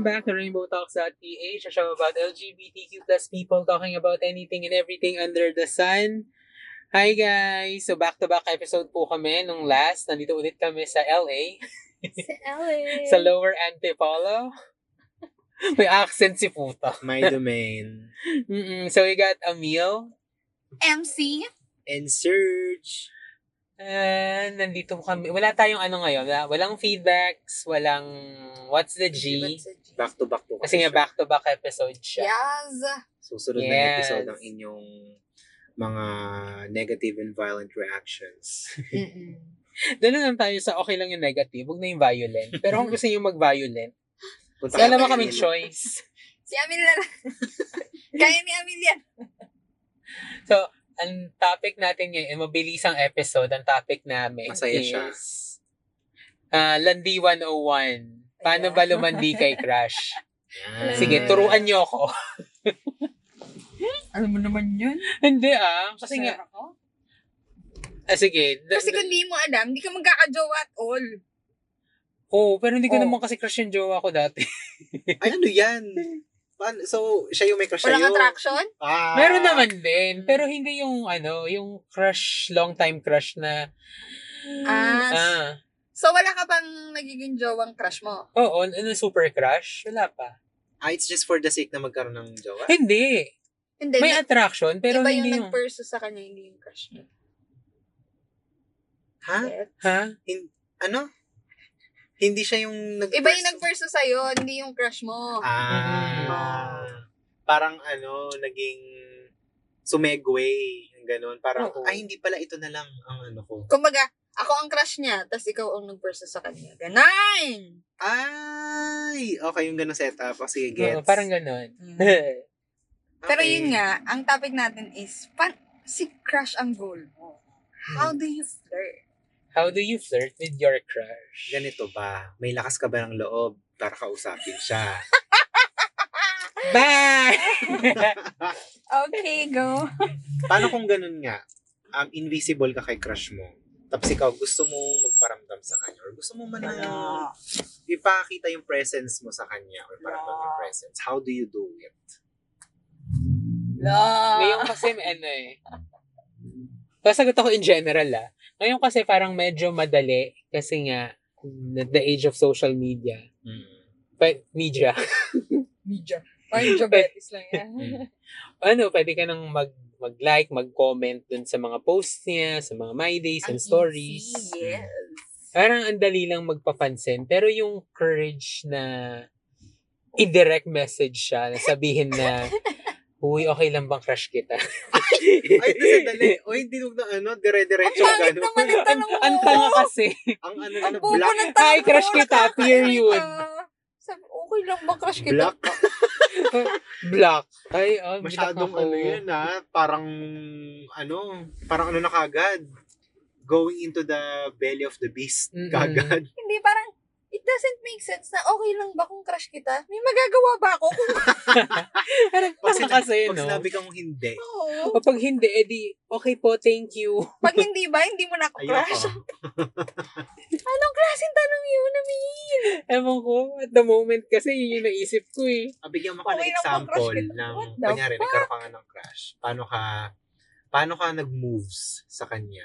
back to Rainbow Talks.ph, a show about LGBTQ plus people talking about anything and everything under the sun. Hi guys! So back-to-back episode po kami nung last. Nandito ulit kami sa LA, Sa LA. sa Lower Antipolo. May accent si puta. My domain. Mm-mm. So we got Emil. MC. And Surge. And nandito kami. Wala tayong ano ngayon. Wala- Walang feedbacks, walang what's the G. Back to back po. Kasi nga siya. back-to-back episode siya. Yes. Susunod na Yes. episode ng inyong mga negative and violent reactions. Doon lang tayo sa okay lang yung negative, huwag na yung violent. Pero kung gusto niyo mag-violent, Punta wala kayo naman kay kaming Emil. choice. Si Amelia na. Kaya ni Amelia. Ang topic natin ngayon, mabilisang episode, ang topic namin Masaya is... siya. ah, Landi 101. Paano Ayan. ba lumandi kay Crush? Yan. Sige, turuan niyo ako. Alam mo naman yun. Hindi ah. Kasi nga, ako. ah, sige. Da- Kasi kung di mo alam, hindi ka magkakajowa at all. Oo, pero hindi ko Oh. naman kasi crush yung jowa ko dati. Ay, ano yan? Paano? So, siya yung may crush Walang sa'yo? attraction? Ah. Meron naman din, pero hindi yung ano, yung crush, long time crush na, Ah, s- ah, So wala ka pang nagiging jowang crush mo? oo, ano, super crush? Wala pa. Ah, it's just for the sake na magkaroon ng jowa? Hindi. Hindi. May na- attraction, pero iba hindi yung... yung nag-pursue sa kanya, hindi yung crush niya. Ha? Ha? Ano? Hindi siya yung nag Iba yung nag-pursue sa'yo, hindi yung crush mo. Ah. Parang ano, naging sumegway. Yung ganun. Parang, Oo. Oh, ay, hindi pala ito na lang ang ano ko. Kumbaga, ako ang crush niya, tapos ikaw ang nag-pursue sa kanya. Ganun! Ay! Okay, yung ganun setup. O, sige, Oo, gets. parang ganun. Mm. Okay. Pero yun nga, ang topic natin is, pan, si crush ang goal mo. How do you flirt? How do you flirt with your crush? Ganito ba? May lakas ka ba ng loob para kausapin siya? Bye! Okay, go. Paano kung ganun nga? Um, invisible ka kay crush mo. Tapos ikaw, gusto mong magparamdam sa kanya or gusto mo man na ipakita yung presence mo sa kanya or paramdam yung presence. How do you do it? Ah. Ngayon kasi may ano eh. Pasagot ako in general ah. Ngayon kasi parang medyo madali kasi nga at the age of social media. Hmm. But media. Media. Parang diabetes lang yan. ano, pwede ka nang mag mag-like, mag-comment dun sa mga posts niya, sa mga my days and stories. Ah, Easy, yes. Parang ang dali lang magpapansin. Pero yung courage na i-direct message siya, na sabihin na, Uy, okay lang bang crush kita? Ay, ito sandali. O, hindi nung na ano, Ang dire-diretso pangit ganun. naman ng tanong mo. ang tanga kasi. Ang ano na, Ang bobo black, ng Hi, tanong crush mo, kita, nakakairita. period. Sabi, okay lang ba crush kita? black Black. Ay, oh, black Masyadong ako. ano yun ha, parang ano, parang ano na kagad. Going into the belly of the beast Mm-mm. kagad. Hindi, parang, it doesn't make sense na okay lang ba kung crush kita? May magagawa ba ako kung Parang Pag, tanga sina- kasi, pag no? sinabi kang hindi, oo? O pag hindi, edi, okay po, thank you. Pag hindi ba, hindi mo na ako crush? ayoko. Anong klaseng tanong yun, Ami? Ewan ko, at the moment kasi yun yung naisip ko eh. Ah, Bigyan mo ka ng Okay lang bang example crush kita? ng, What the kunyari, nagkaroon ka nga ng crush. Paano ka, paano ka nag-moves sa kanya?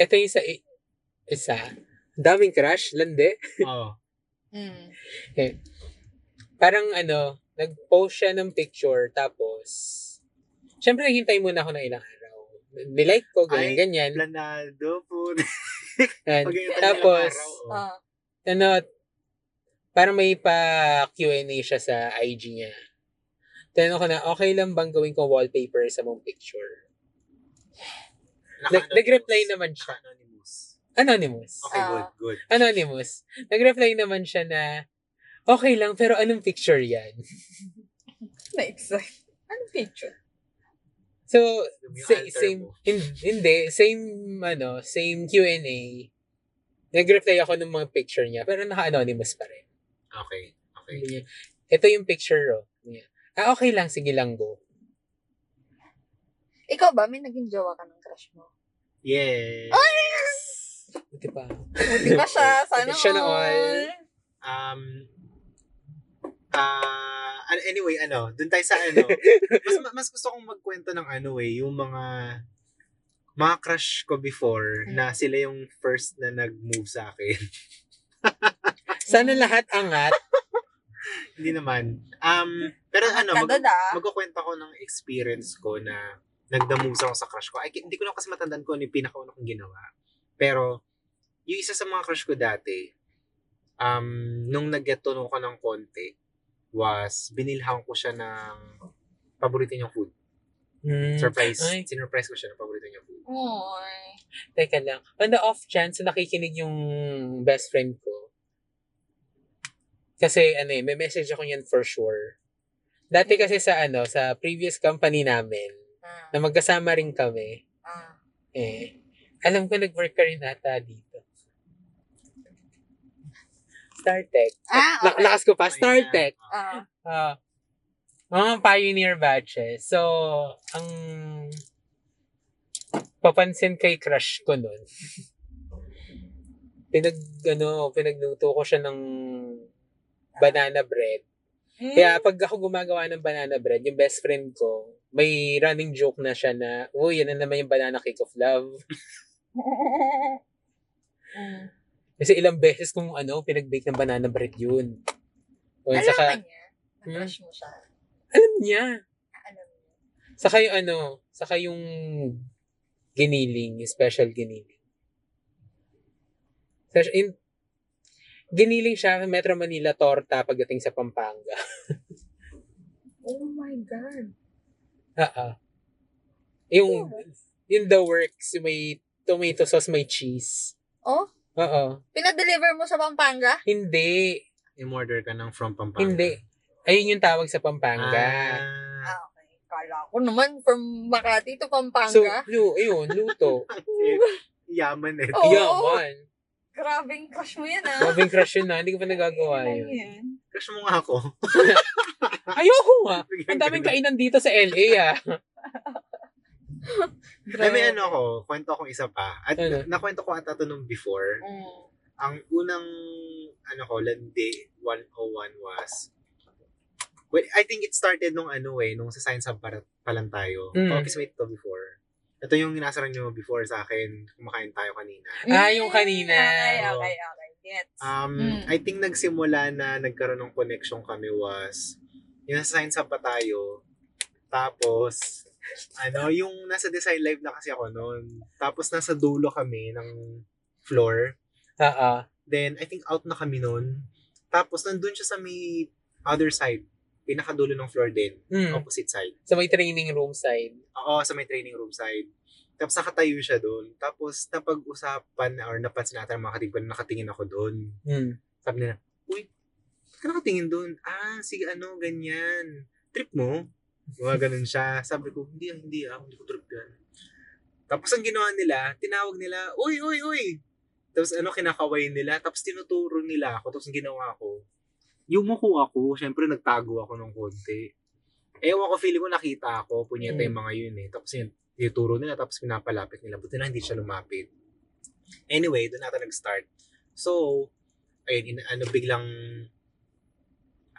Ito yung sa, isa. Daming crush, lande. Oh. Hmm. Mm. Parang ano, nag-post siya ng picture, tapos, syempre naghintay muna ako ng ilang araw. Nilike ko, ganyan, Ay, ganyan. Planado po. And, Pag-iintay niya ng tapos, araw, oh. Ah. ano, parang may pa Q&A siya sa IG niya. Tanong ko na, okay lang bang gawin ko wallpaper sa mong picture? Nag- Naka-anonymous. nag-reply naman siya. Naka-anonymous. Anonymous. Okay, good, good. Anonymous. Nag-reply naman siya na, okay lang, pero anong picture yan? Na-excite. Ano Anong picture? So, Yung sa- alter same, mo. hin- hindi, same, ano, same Q&A. Nag-reply ako ng mga picture niya, pero naka-anonymous pa rin. Okay, okay. Sabi niya, Ito yung picture, oh. Sabi niya, Ah, okay lang, sige lang, go. Ikaw ba, may naging jowa ka ng crush mo? Yes. Buti pa. Buti pa siya. Sana Buti siya na all. all. Um, Ah, an- anyway, ano, dun tayo sa ano. mas, ma- mas gusto kong magkwento ng ano eh, yung mga mga crush ko before Mm. na sila yung first na nag-move sa akin. Sana Mm. lahat angat. Hindi naman. Um, pero ano, Ano, mag- Kagad ah. magkukwento ko ng experience ko na nagdamoves ako sa crush ko. Ay, hindi ko na kasi matandaan ko ano yung pinakauna kong ginawa. Pero, yung isa sa mga crush ko dati, um, nung nagkatunog ko ng konti, was binilhan ko siya ng paborito niyang food. Mm. Surprise. Ay. Sinurprise ko siya ng paborito niyang food. Oy. Teka lang. On the off chance, na nakikinig yung best friend ko. Kasi ano eh, may message ako niyan for sure. Dati kasi sa ano, sa previous company namin, Ah, na magkasama rin kami, ah. eh, alam ko nag-work ka rin ata dito. StarTech. Ah, La- okay. lakas ko pa, Ay, StarTech. na- Ah. Ah, mga pioneer batches. So, ang papansin kay crush ko nun, pinag, ano, pinagluto ko siya ng banana bread. Kaya pag ako gumagawa ng banana bread, yung best friend ko, may running joke na siya na, uy, yan na naman yung banana cake of love. Mm. Hmm. Kasi ilang beses kung ano, pinag-bake ng banana bread yun. O, Alam saka, ka niya. Na-crush mo siya. alam niya. Alam niya. Saka yung ano, saka yung giniling, yung special giniling. Special, in, giniling siya sa Metro Manila torta pagdating sa Pampanga. Oh my God. Oo. Yung, Hmm. yung The Works, yung may tomato sauce, may cheese. Oh? Oo. Pinadeliver mo sa Pampanga? Hindi. In-order ka ng from Pampanga. Hindi. Ayun yung tawag sa Pampanga. Ah, Ah, okay. Kala ko naman from Makati to Ah. Pampanga. so, yun, yun, luto. eh, yaman eh. Oo. Yaman. Grabing crush mo yan ah. Grabing crush yun na. Hindi ko pa nagagawa Ano yun. yan? Crush mo nga ako. Ayoko nga. Ang daming kainan dito sa LA ah. Ay, may ano ko, kwento akong isa pa. At Ano? nakwento ko ata to nung before. Mm. Ang unang, ano ko, Landi 101 was, well, I think it started nung ano eh, nung sa Science Hub para, pa lang tayo. Mm. Office mate to before. Ito yung inasaran nyo before sa akin, kumakain tayo kanina. Ah, yung kanina. Okay, okay, okay. Gets. Um, Mm. I think nagsimula na nagkaroon ng connection kami was, yung nasa Science Hub pa tayo, tapos, ano, yung nasa Design Live na kasi ako noon, tapos nasa dulo kami ng floor, Oo. then I think out na kami noon, tapos nandun siya sa may other side, pinakadulo ng floor din, Mm. opposite side. Sa may training room side. Oo, sa may training room side. Tapos nakatayo siya doon. Tapos napag-usapan or napansin natin ang mga katibo na nakatingin ako doon. Mm. Sabi nila, uy, ba't ka nakatingin doon? Ah, sige ano, ganyan. Trip mo? Mga ganun siya. Sabi ko, hindi ah, hindi ah, hindi ko trip yan. Tapos ang ginawa nila, tinawag nila, uy, uy, uy. Tapos ano, kinakawain nila. Tapos tinuturo nila ako. Tapos ang ginawa ko, yumuko ako. Siyempre, nagtago ako ng konti. Ewan ko, feeling ko nakita ako. Punyeta Mm. yung mga yun eh. Tapos yun, tinuturo nila. Tapos pinapalapit nila. Buti na hindi siya lumapit. Anyway, doon natin nag-start. So, ayun, in, ano, biglang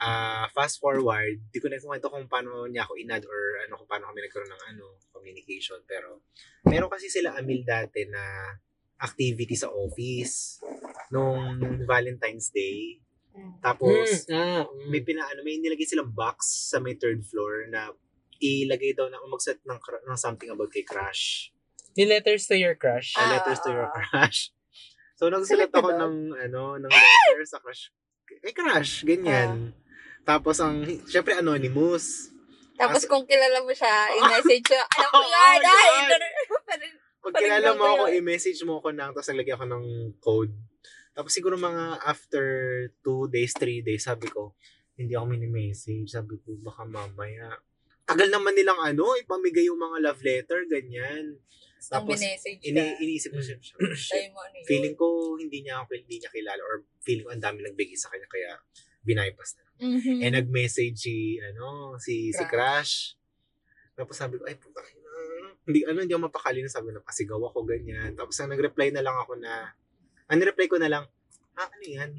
ah fast forward, di ko na kumento kung paano niya ako inad or ano kung paano kami nagkaroon ng ano, communication. Pero, meron kasi sila Amil dati na activity sa office nung Valentine's Day. Tapos, Ah, mm. may pinaano, may nilagay silang box sa may third floor na ilagay daw na mag-set ng, cr- ng something about kay crush. Yung letters to your crush. Ah, Ah, letters to your ah, crush. So, nagsulat Selected ako ba? ng, ano, ng letter sa crush. Kay crush, ganyan. Tapos, ang, syempre, anonymous. Tapos as- kung kilala mo siya, i-message siya, alam ko Oo, yan, ah, ay, yun. parang- Pag Parang kilala mo ganun ako, yun. i-message mo ako na, tapos naglagay ako ng code. Tapos siguro mga after two days, three days, sabi ko, hindi ako mini-message. Sabi ko, baka mamaya. Tagal naman nilang ano, ipamigay yung mga love letter, ganyan. Nung Tapos, minessage siya, Ini iniisip ko siya, sabi mo ano yun. feeling ko hindi niya ako hindi niya kilala or feeling ko ang dami nagbigay sa kanya kaya binaypas na. Mhm. Mm-hmm. Mm. Eh nag-message si ano si si Crash. Tapos sabi ko ay puta ka na. Hindi ano hindi ako mapakali na sabi ko napasigaw ako ganyan. Tapos ang nag-reply na lang ako na ang reply ko na lang ah, ano yan?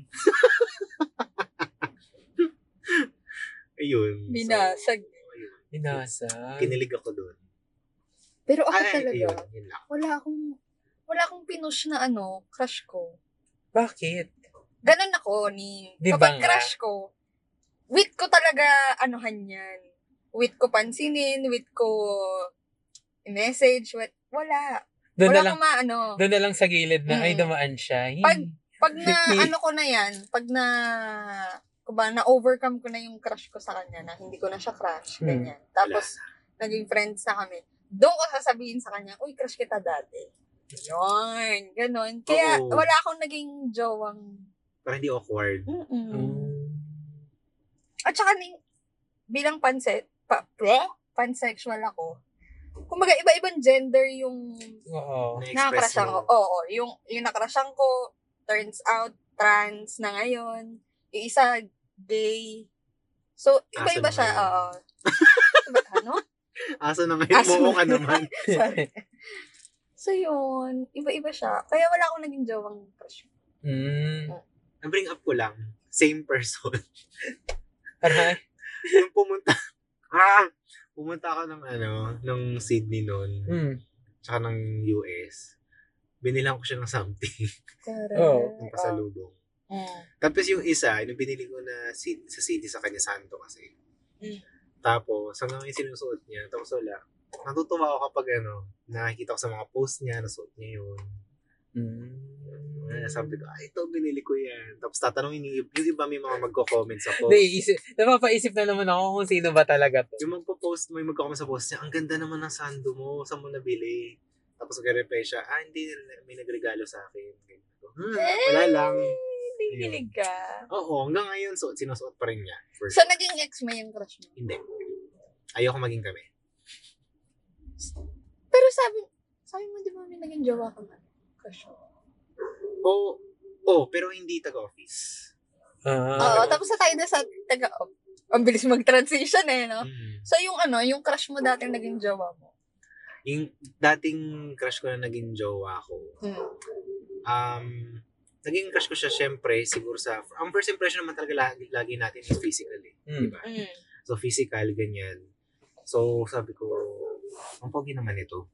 Ayun. Binasag. So, ayun. Binasa. Kinilig ako doon. Pero ako Ay, talaga, ayun, yun lang. wala akong, wala akong pinush na ano, crush ko. Bakit? Ganon ako ni, Di ba kapag nga? crush ko, wit ko talaga anuhan yan. Wit ko pansinin, wit ko message, what, wala. Doon wala na lang, akong maano. doon na lang sa gilid na, Mm. ay, dumaan siya. Hey. Pag- Pag na, Hit me. ano ko na yan, pag na, kumbaga, na-overcome ko na yung crush ko sa kanya, na hindi ko na siya crush, Hmm. ganyan. Tapos, naging friends na kami. Doon ko sasabihin sa kanya, uy, crush kita dati. Yun, ganun. Kaya, Oo. wala akong naging jowang, Para hindi awkward. mm Mm. At saka, ning, bilang panse, pa, bleh, pansexual ako, kumbaga, iba-ibang gender yung Oo. Na-express Nakakrashan ko. mo. Oo, yung, yung nakrashan ko, turns out, trans na ngayon. Yung isa, gay. So, iba-iba Asan siya. na ngayon? Oo. Iba- ano? Asa na ngayon, ano Asa na- buo ka naman. So, yun. Iba-iba siya. Kaya wala akong naging jawang crush. mm. Na-bring up ko lang. Same person. Aray. Nung pumunta, ah, pumunta ako ng ano, ng Sydney noon, Mm. tsaka ng US. Binilang ko siya ng something, Pero, Oo, ng pasalubong. Mm. Tapos yung isa, yung binili ko na si- sa CD sa kanya, Santo kasi. Mm. Tapos, hanggang ngayon sinusuot niya. Tapos wala. Natutuwa ako kapag ano, nakikita ko sa mga post niya, nasuot niya yun. Mm. Kaya sabi ko, ay, ito, binili ko yan. Tapos tatanungin yung, yung iba may mga magko-comment sa post. Naiisip, napapaisip na naman ako kung sino ba talaga to. Yung magpo-post mo, yung magko-comment sa post niya, ang ganda naman ng sando mo, saan mo nabili? Tapos nag-reply siya, ah, hindi, may nagregalo sa akin. Ganyan ko, Hmm, wala lang. Hindi Ayun. kilig ka. Oo, hanggang ngayon, so, sinusuot pa rin niya. For So, naging ex mo yung crush mo. Hindi. Ayoko maging kami. Pero sabi, sabi mo, di ba may naging jowa ka na? Crush mo. Oo, oh, pero hindi taga-office. Ah. Oo, tapos na tayo na sa taga, oh, ang bilis mag-transition eh, no? Hmm. So, yung ano, yung crush mo dati naging jowa mo. Yung dating crush ko na naging jowa ko, Hmm. um, naging crush ko siya syempre siguro sa, ang first impression naman talaga lagi, lagi natin is physical eh. Mm. Diba? So physical, ganyan. So sabi ko, ang pogi naman ito.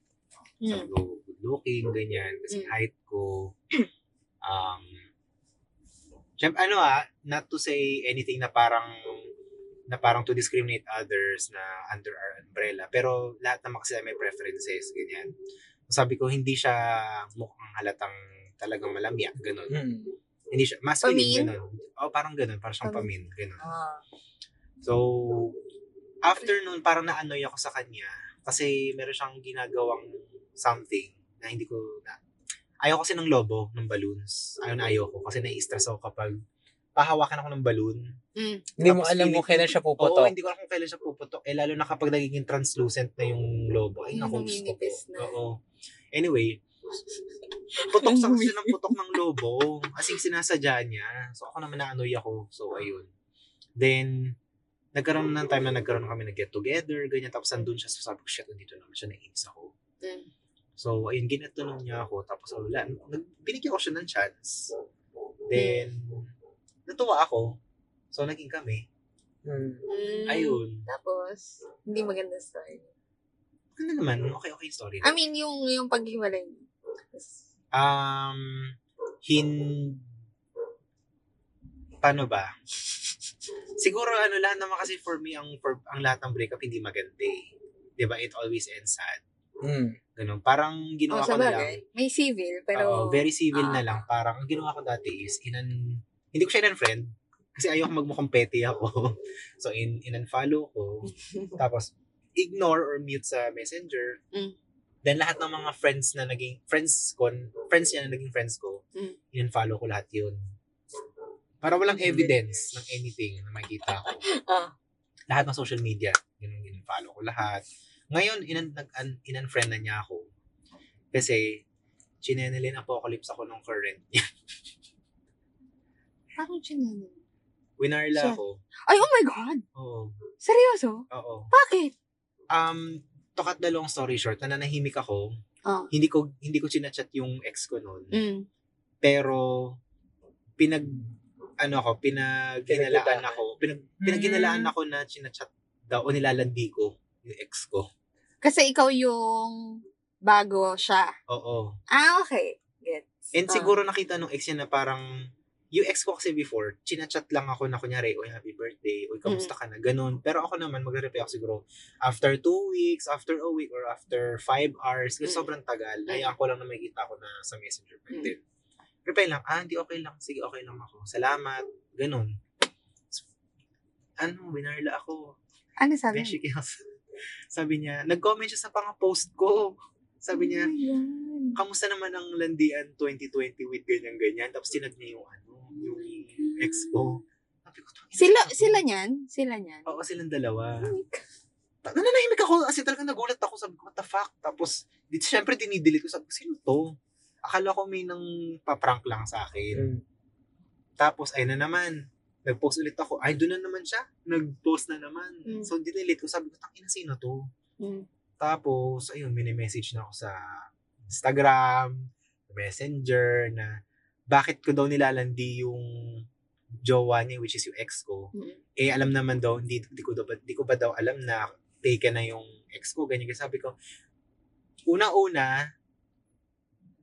Hmm. Sabi ko, good looking, ganyan. Kasi Mm. height ko, um, syempre ano ah, not to say anything na parang na parang to discriminate others na under our umbrella. Pero lahat naman kasi may preferences, ganyan. Sabi ko, hindi siya mukhang halatang talagang malamya, ganun. Mm. Hindi siya, masculine, Pamin? ganun. O, parang ganun, parang siyang pamin, ganun. Ah. So, after nun, parang na-annoy ako sa kanya. Kasi meron siyang ginagawang something na hindi ko na... Ayaw kasi ng lobo, ng balloons. Ayaw na ayaw ko. Kasi nai-stress ako kapag pahawakan ako ng balloon. Mm. Hindi mo Tapos alam kung feeling- kailan siya Oo, puputok. hindi ko alam kung kailan siya puputok. Eh, lalo na kapag nagiging translucent na yung lobo. Ay, Yung naku, gusto ko. lumilipis na. Oo. Anyway, putok sa Yung kasi ng putok ng lobo. As in, sinasadya niya. So, ako naman na-annoy ako. So, ayun. Then, nagkaroon na ng time na nagkaroon kami na get together, ganyan. Tapos, andun siya. So, sabi ko, shit, andito naman siya. Naiinis ako. Mm. So, ayun, ginatunan niya ako. Tapos, wala. Nag- Binigyan ko siya ng chance. Then, natuwa ako. So, naging kami. Mm. Hmm. Mm. Ayun. Tapos, hindi maganda story. Ano naman? Okay, okay yung story. Mm. I mean, yung, yung paghiwalay niyo. Tapos, Um, hin... Paano ba? Siguro ano lahat naman kasi for me ang for, ang lahat ng breakup hindi maganda eh. 'Di ba? It always ends sad. Mm. Ganun. Parang oh, ginawa sa ko na lang. bagay. May civil, pero... Oo, very civil na ah. lang. Parang ang ginawa ko dati is inan hindi ko siya in-unfriend kasi ayoko magmukhang petty ako. so in in-unfollow ko tapos ignore or mute sa Messenger. Mm. Then lahat ng mga friends na naging friends ko, friends niya na naging friends ko, Mm. in-unfollow ko lahat 'yun. Para walang Mm. evidence ng anything na makita ko. Ah. Lahat ng social media, yun ang in-unfollow ko lahat. Ngayon, in- nag- un- in-unfriend na niya ako. Kasi, chinenelin apocalypse ako nung current niya. Parang chinano. Winarla Siya. ako. Ay, oh my God! Oo. Seryoso? Oo. Bakit? Um, to cut the long story short, nananahimik ako. Ah. Hindi ko hindi ko chinachat yung ex ko noon. Mm. Pero pinag ano ko, pinagginalaan ako. Pinag, pinagginalaan ako na chinachat daw o nilalandi ko yung ex ko. Kasi ikaw yung bago siya. Oo. Ah, okay. Gets. And Ah. siguro nakita nung ex niya na parang, yung ex ko kasi before, chinachat lang ako na kunyari, oy, happy birthday, oy, kamusta Mm. ka na, ganun. Pero ako naman, magre-reply ako siguro after two weeks, after a week, or after five hours, kasi Mm. sobrang tagal. Mm. Hayaan ko lang na makikita ko na sa messenger pa din. Reply lang, ah, hindi okay lang, sige, okay lang ako. Salamat, ganun. Ano, binarla ako. Ano sabi? Beshi Kills. Sabi niya, nag-comment siya sa pang-post ko. Sabi niya, kamusta naman ang landian 2020 with ganyan-ganyan? Tapos tinag niya yung ano, yung ex ko. Sabi ko, "Tangina, Sila, sabi ko." sila niyan? Sila niyan? Oo, silang dalawa. Ta- Nananahimik ako kasi talaga nagulat ako. Sabi ko, what the fuck? Tapos, di, syempre dinidelete ko. Sabi ko, sino to? Akala ko may nang paprank lang sa akin. Tapos, ayun na naman. Nag-post ulit ako. Ay, doon na naman siya. Nag-post na naman. Mm. So, dinelete ko. Sabi ko, tangina, sino to? Mm. Tapos, ayun, mini-message na ako sa Instagram, Messenger, na bakit ko daw nilalandi yung jowa niya, which is yung ex ko. Mm. Eh, alam naman daw, hindi, hindi, ko, daw, ba- hindi ko ba daw alam na taken na yung ex ko, ganyan. Kasi sabi ko, una-una,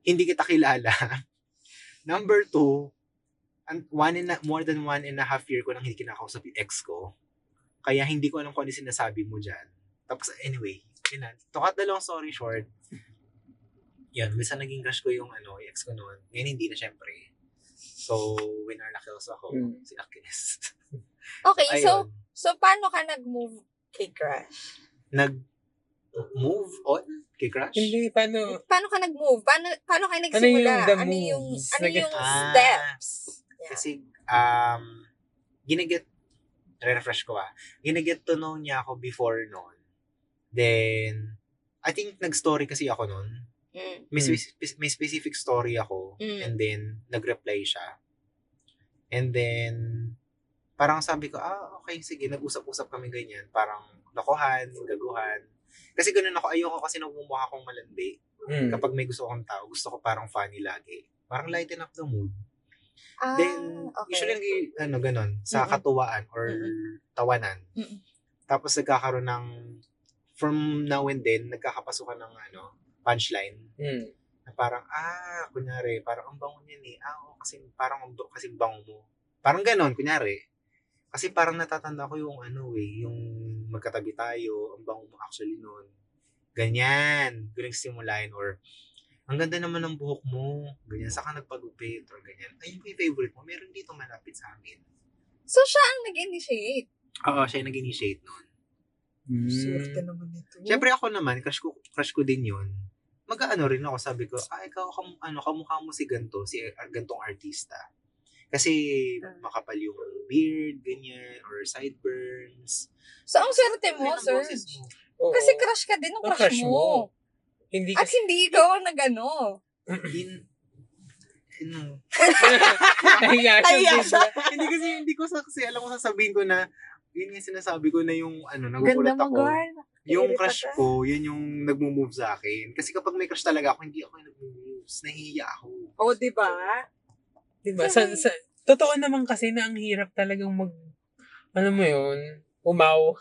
hindi kita kilala. Number two, an- one and a- more than one and a half year ko nang hindi kinakausap yung ex ko. Kaya hindi ko alam kung ano yung sinasabi mo dyan. Tapos anyway, yun na. To cut the long story short, yun, minsan naging crush ko yung ano, yung ex ko noon. Ngayon hindi na syempre. So, winner na kills ako. Mm. Si Akis. Okay, so, Ayun. so paano ka nag-move kay crush? Nag move on kay crush? Hindi, paano? Paano ka nag-move? Paano, paano ka nagsimula? the ano yung, moves? ano Nag- yung Ah. steps? Yeah. Kasi, um, ginaget, re-refresh ko ah, ginaget to know niya ako before noon. Then, I think nag-story kasi ako noon. Mm. May, Mm. spe- may specific story ako. Mm. And then, nag-reply siya. And then, parang sabi ko, ah, okay, sige, nag-usap-usap kami ganyan. Parang, lokohan, gaguhan. Kasi ganun ako, ayoko kasi nagmumukha akong malandi Mm. kapag may gusto akong tao, gusto ko parang funny lagi. Parang lighten up the mood. Ah, Then, okay. usually, nag- ano, ganun, sa Mm-mm. katuwaan or tawanan. Mm-mm. Tapos, nagkakaroon ng, from now and then, nagkakapasukan ng, ano, punchline. Mm. Na parang, ah, kunyari, parang ang bango niyan eh. Ah, oo, kasi parang ang ba- kasing bango mo. Parang ganon, kunyari. Kasi parang natatanda ko yung ano eh, yung magkatabi tayo, ang bango mo actually noon. Ganyan, galing simulain or ang ganda naman ng buhok mo, ganyan, saka nagpagupit or ganyan. Ayun po yung favorite mo, meron dito malapit sa amin. So, siya ang nag-initiate. Oo, siya yung nag-initiate noon. Mm. naman ito. Hmm. Siyempre ako naman, crush ko, crush ko din yun. Mag-ano rin ako, sabi ko, ah, ikaw, kam, ano, kamukha mo si ganto, si ar- gantong artista. Kasi Ah. makapal yung beard, ganyan, or sideburns. So, ang swerte Ayun mo, ang sir. boses mo. Oo. Kasi crush ka din ng Ang crush, crush mo. mo. Hindi At kasi. hindi ikaw ang nag-ano. In, ano, Nahiya siya. Nahiya siya. hindi kasi, hindi ko sa, kasi alam ko sasabihin ko na, yun yung sinasabi ko na yung, ano, nagugulat ako. Yung Irita crush ka. ko, yun yung nagmo-move sa akin. Kasi kapag may crush talaga ako, hindi ako yung nagmo-move. Nahihiya ako. O, di ba? Diba? Sa, sa, totoo naman kasi na ang hirap talagang mag, ano mo yun, umaw.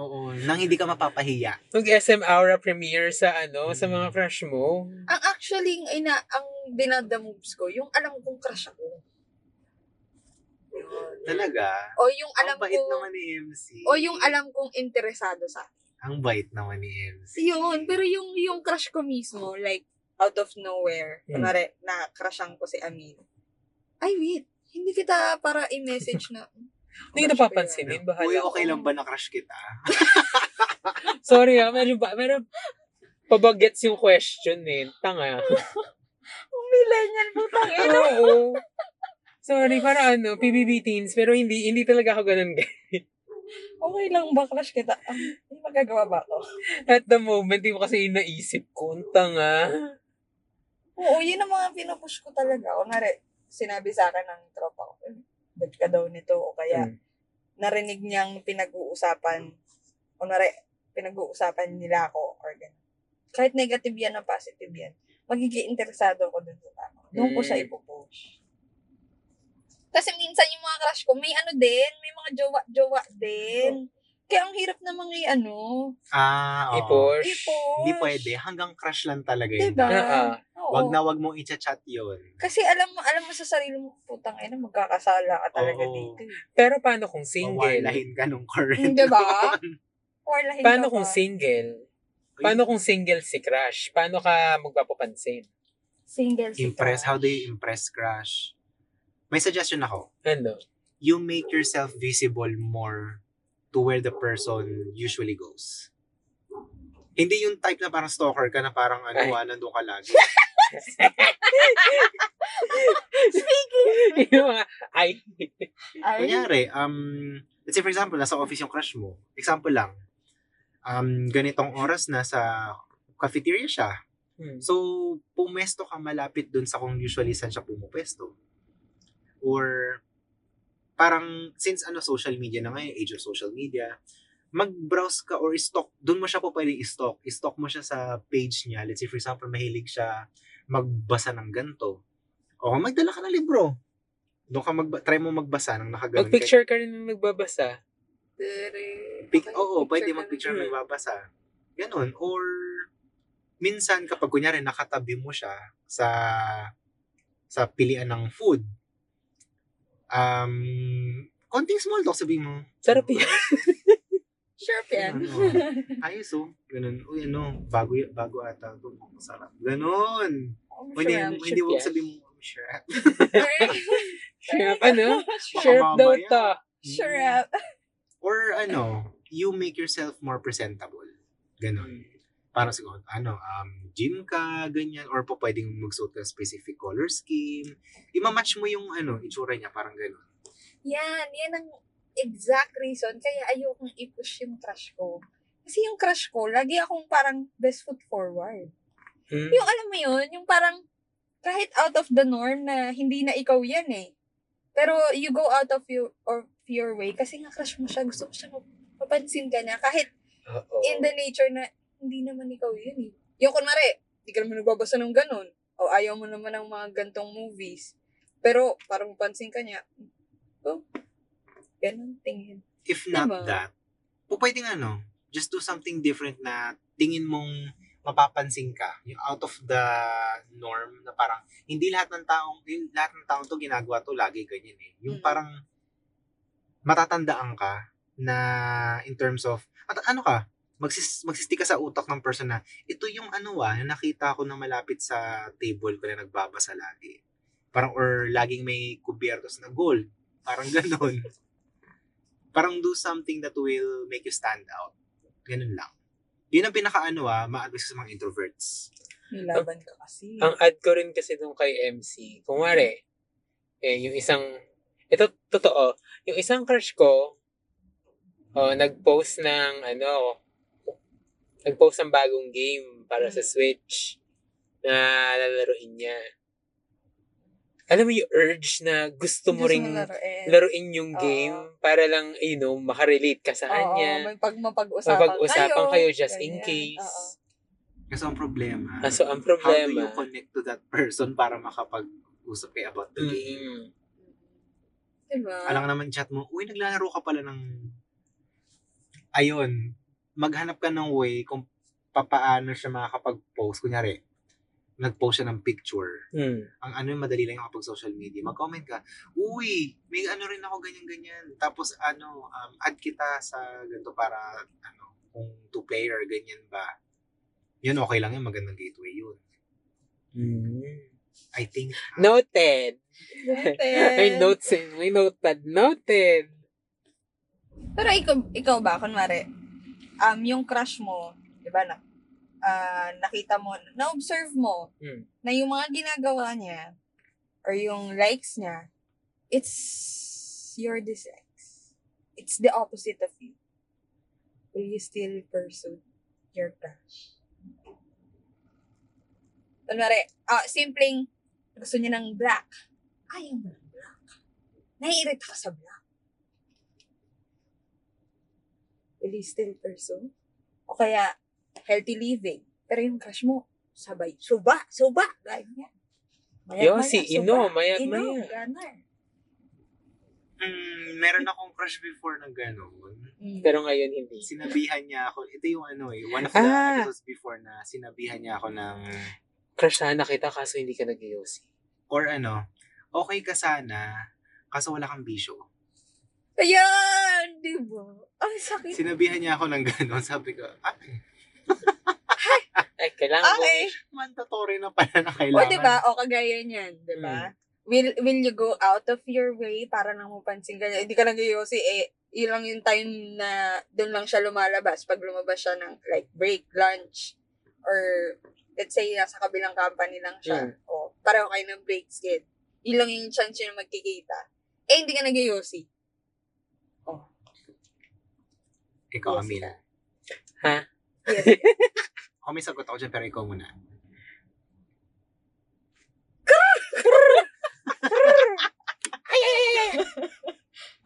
Oo, nang hindi ka mapapahiya. Mag-SM Aura premiere sa ano, sa Mm. mga crush mo. Ang actually, ang ina, ang dinada moves ko, yung alam kong crush ako. Yun. Talaga. O yung alam ang bait kong, naman ni MC. o yung alam kong interesado sa akin. Ang bait naman ni MC. Yun, pero yung, yung crush ko mismo, like, out of nowhere, Hmm. kunwari, na-crushan ko si Amin. Ay, wait, hindi kita para i-message na. Hindi ko napapansin din. Uy, Bahala. okay lang ba na crush kita? Sorry ha, medyo ba, medyo pabagets yung question eh. Tanga. Ang millennial mo tayo. Oo. Ano? Sorry, para ano, PBB teens, pero hindi hindi talaga ako ganun. guys. Okay lang ba, crush kita? Ah, May magagawa ba ako? At the moment, hindi mo kasi inaisip ko. Ang tanga. Oo, yun ang mga pinupush ko talaga. Kunwari, sinabi sa akin ng tropa ko, "Eh, bad ka daw nito, o kaya Mm. narinig niyang pinag-uusapan, Hmm. kunwari, pinag-uusapan nila ako, or ganun. Kahit negative yan o positive diba? yan, Hmm. magiging interesado ko dun sa tao. Doon ko siya ipopush. Kasi minsan yung mga crush ko, may ano din, may mga jowa-jowa din. Kaya ang hirap na mga ano, Ah, oo. I-push. i-push. Hindi pwede. Hanggang crush lang talaga yun. Diba? Ah, ah. Oo. Wag na wag mong i-chat yun. Kasi alam mo, alam mo sa sarili mo, putang ina, magkakasala ka talaga Oo. dito. eh. Pero paano kung single? Mawalahin ka nung current. Hindi diba? ba? Or lahin Paano ka kung ba? single? Paano kung single si crush? Paano ka magpapapansin? single si Impress. ka? How do you impress crush? May suggestion ako. Ano? You make yourself visible more to where the person usually goes. Hindi yung type na parang stalker ka na parang ano, Ay. ah, nandun ka lagi. Yung mga, ay, Ay, Kunyari, um, let's say for example, nasa office yung crush mo. Example lang. Um, ganitong oras nasa cafeteria siya. Hmm. So, pumesto ka malapit dun sa kung usually saan siya pumupesto. Or, parang, since ano, social media na ngayon, age of social media, mag-browse ka or stalk, dun mo siya po pwedeng stalk. Stalk mo siya sa page niya. Let's say, for example, mahilig siya magbasa ng ganto. O kung magdala ka ng libro, doon ka magba- try mo magbasa ng nakaganon. ka. mag-picture ka rin ng nagbabasa. Pic- oo, pwede mag-picture mag-picture, na. magbabasa. Ganon. Or, minsan kapag kunyari nakatabi mo siya sa sa pilian ng food, um, konting small talk, sabihin mo. Sarap yan. ka. Sure, yan. Ano, ayos oh. Ganon. Uy, ano, bago, y- bago ata. ito. Masarap. Ganon. Oh, Hindi, sure. hindi sure wag yan. sabihin mo, "Oh, sure. Sure, ano? Sure. Sure daw mamaya. to. Sure. Or ano, you make yourself more presentable. Ganon. Parang siguro, ano, um, gym ka, ganyan. Or po pwedeng magsuot ka ng specific color scheme. Imamatch mo yung ano, itsura niya, parang ganon. Yan, yan ang exact reason kaya ayokong i-push yung crush ko. Kasi yung crush ko, lagi akong parang best foot forward. Hmm. Yung alam mo yun, yung parang kahit out of the norm na hindi na ikaw yan eh. Pero you go out of your of your way kasi nga crush mo siya, gusto mo siya mapapansin ka niya kahit Oo. in the nature na hindi naman ikaw yun eh. Yung kunwari, hindi ka naman nagbabasa ng ganun. O ayaw mo naman ng mga gantong movies. Pero parang pansin ka niya, oh, ganun tingin. If not Diba? that, po pwedeng ano, just do something different na tingin mong mapapansin ka. Yung out of the norm na parang, hindi lahat ng taong, yung lahat ng taong to ginagawa to, lagi ganyan eh. Yung Mm. parang, matatandaan ka na in terms of, at ano ka, magsis, magsistick ka sa utak ng person na, ito yung ano ah, na nakita ko na malapit sa table ko na nagbabasa lagi. Parang, or laging may kubyertos na gold. Parang ganun. parang do something that will make you stand out. Ganun lang. Yun ang pinaka ano ah, ma-advise ko sa mga introverts. May laban ka kasi. Ang add ko rin kasi dun kay MC. Kumwari, eh, yung isang, ito, totoo, yung isang crush ko, oh, nag-post ng, ano, nag-post ng bagong game para Mm. sa Switch na lalaroin niya. Alam mo yung urge na gusto mo ring laruin. laruin yung Oo. game para lang, you know, makarelate ka sa Oo, kanya. may pag mapag-usapan, Mapag-usapan kayo. kayo just in Ganyan. case. Oo. Kasi ang problema, Ah, so, ang how do you problema, connect to that person para makapag-usap kayo about the game? Mm-mm. Diba? Alam nga naman chat mo, uy, naglalaro ka pala ng... Ayun, maghanap ka ng way kung papaano siya makakapag-post. Kunyari, nag-post siya ng picture. Mm. Ang ano, madali lang yung kapag social media. Mag-comment ka, uy, may ano rin ako ganyan-ganyan. Tapos ano, um, add kita sa ganito para ano, kung two-player, ganyan ba. Yun, okay lang yun. Magandang gateway yun. Mm. I think, ah, Noted. May Noted. notes in. May notepad. Noted. Pero ikaw, ikaw ba, kunwari, um, yung crush mo, di ba, na, ah, nakita mo, na-observe mo, Hmm. na yung mga ginagawa niya, or yung likes niya, it's your disex. It's the opposite of you. Will you still pursue your crush? Kunwari, ah, simpleng, gusto niya ng black. Ayaw mo ng black. Naiirita ka sa black. Will you still pursue? O kaya, healthy living. Pero yung crush mo, sabay, suba, suba, ganyan. Mayak, Yossi, mayak, suba. ino, mayak, Ino, mayak. ganun. Mm, meron akong crush before na gano'n. Hmm. Pero ngayon, hindi. Sinabihan niya ako, ito yung ano eh, one of the Ah. episodes before na sinabihan niya ako ng, Crush na nakita kaso hindi ka nag-yosi. or ano, okay ka sana, kaso wala kang bisyo. Ayan! Di ba? Ang sakit. Sinabihan niya ako ng gano'n, sabi ko, ah, Ay, kailangan mo. Okay. mandatory na pala na O, kailangan. Hmm. di ba? O, kagaya niyan. Di ba? Will, will you go out of your way para nang mapansin ka niya? Hindi ka nag-iossi. Eh, yun lang yung time na doon lang siya lumalabas. Pag lumabas siya ng like break, lunch, or let's say nasa kabilang company lang Hmm. siya. O, pareho kayo ng breaks, kid. Yun lang yung chance yun na magkikita. Eh, hindi ka nag-iossi. Ikaw, Amin. Yes. Ako Oh, may sagot ako dyan, pero ikaw muna. Diba?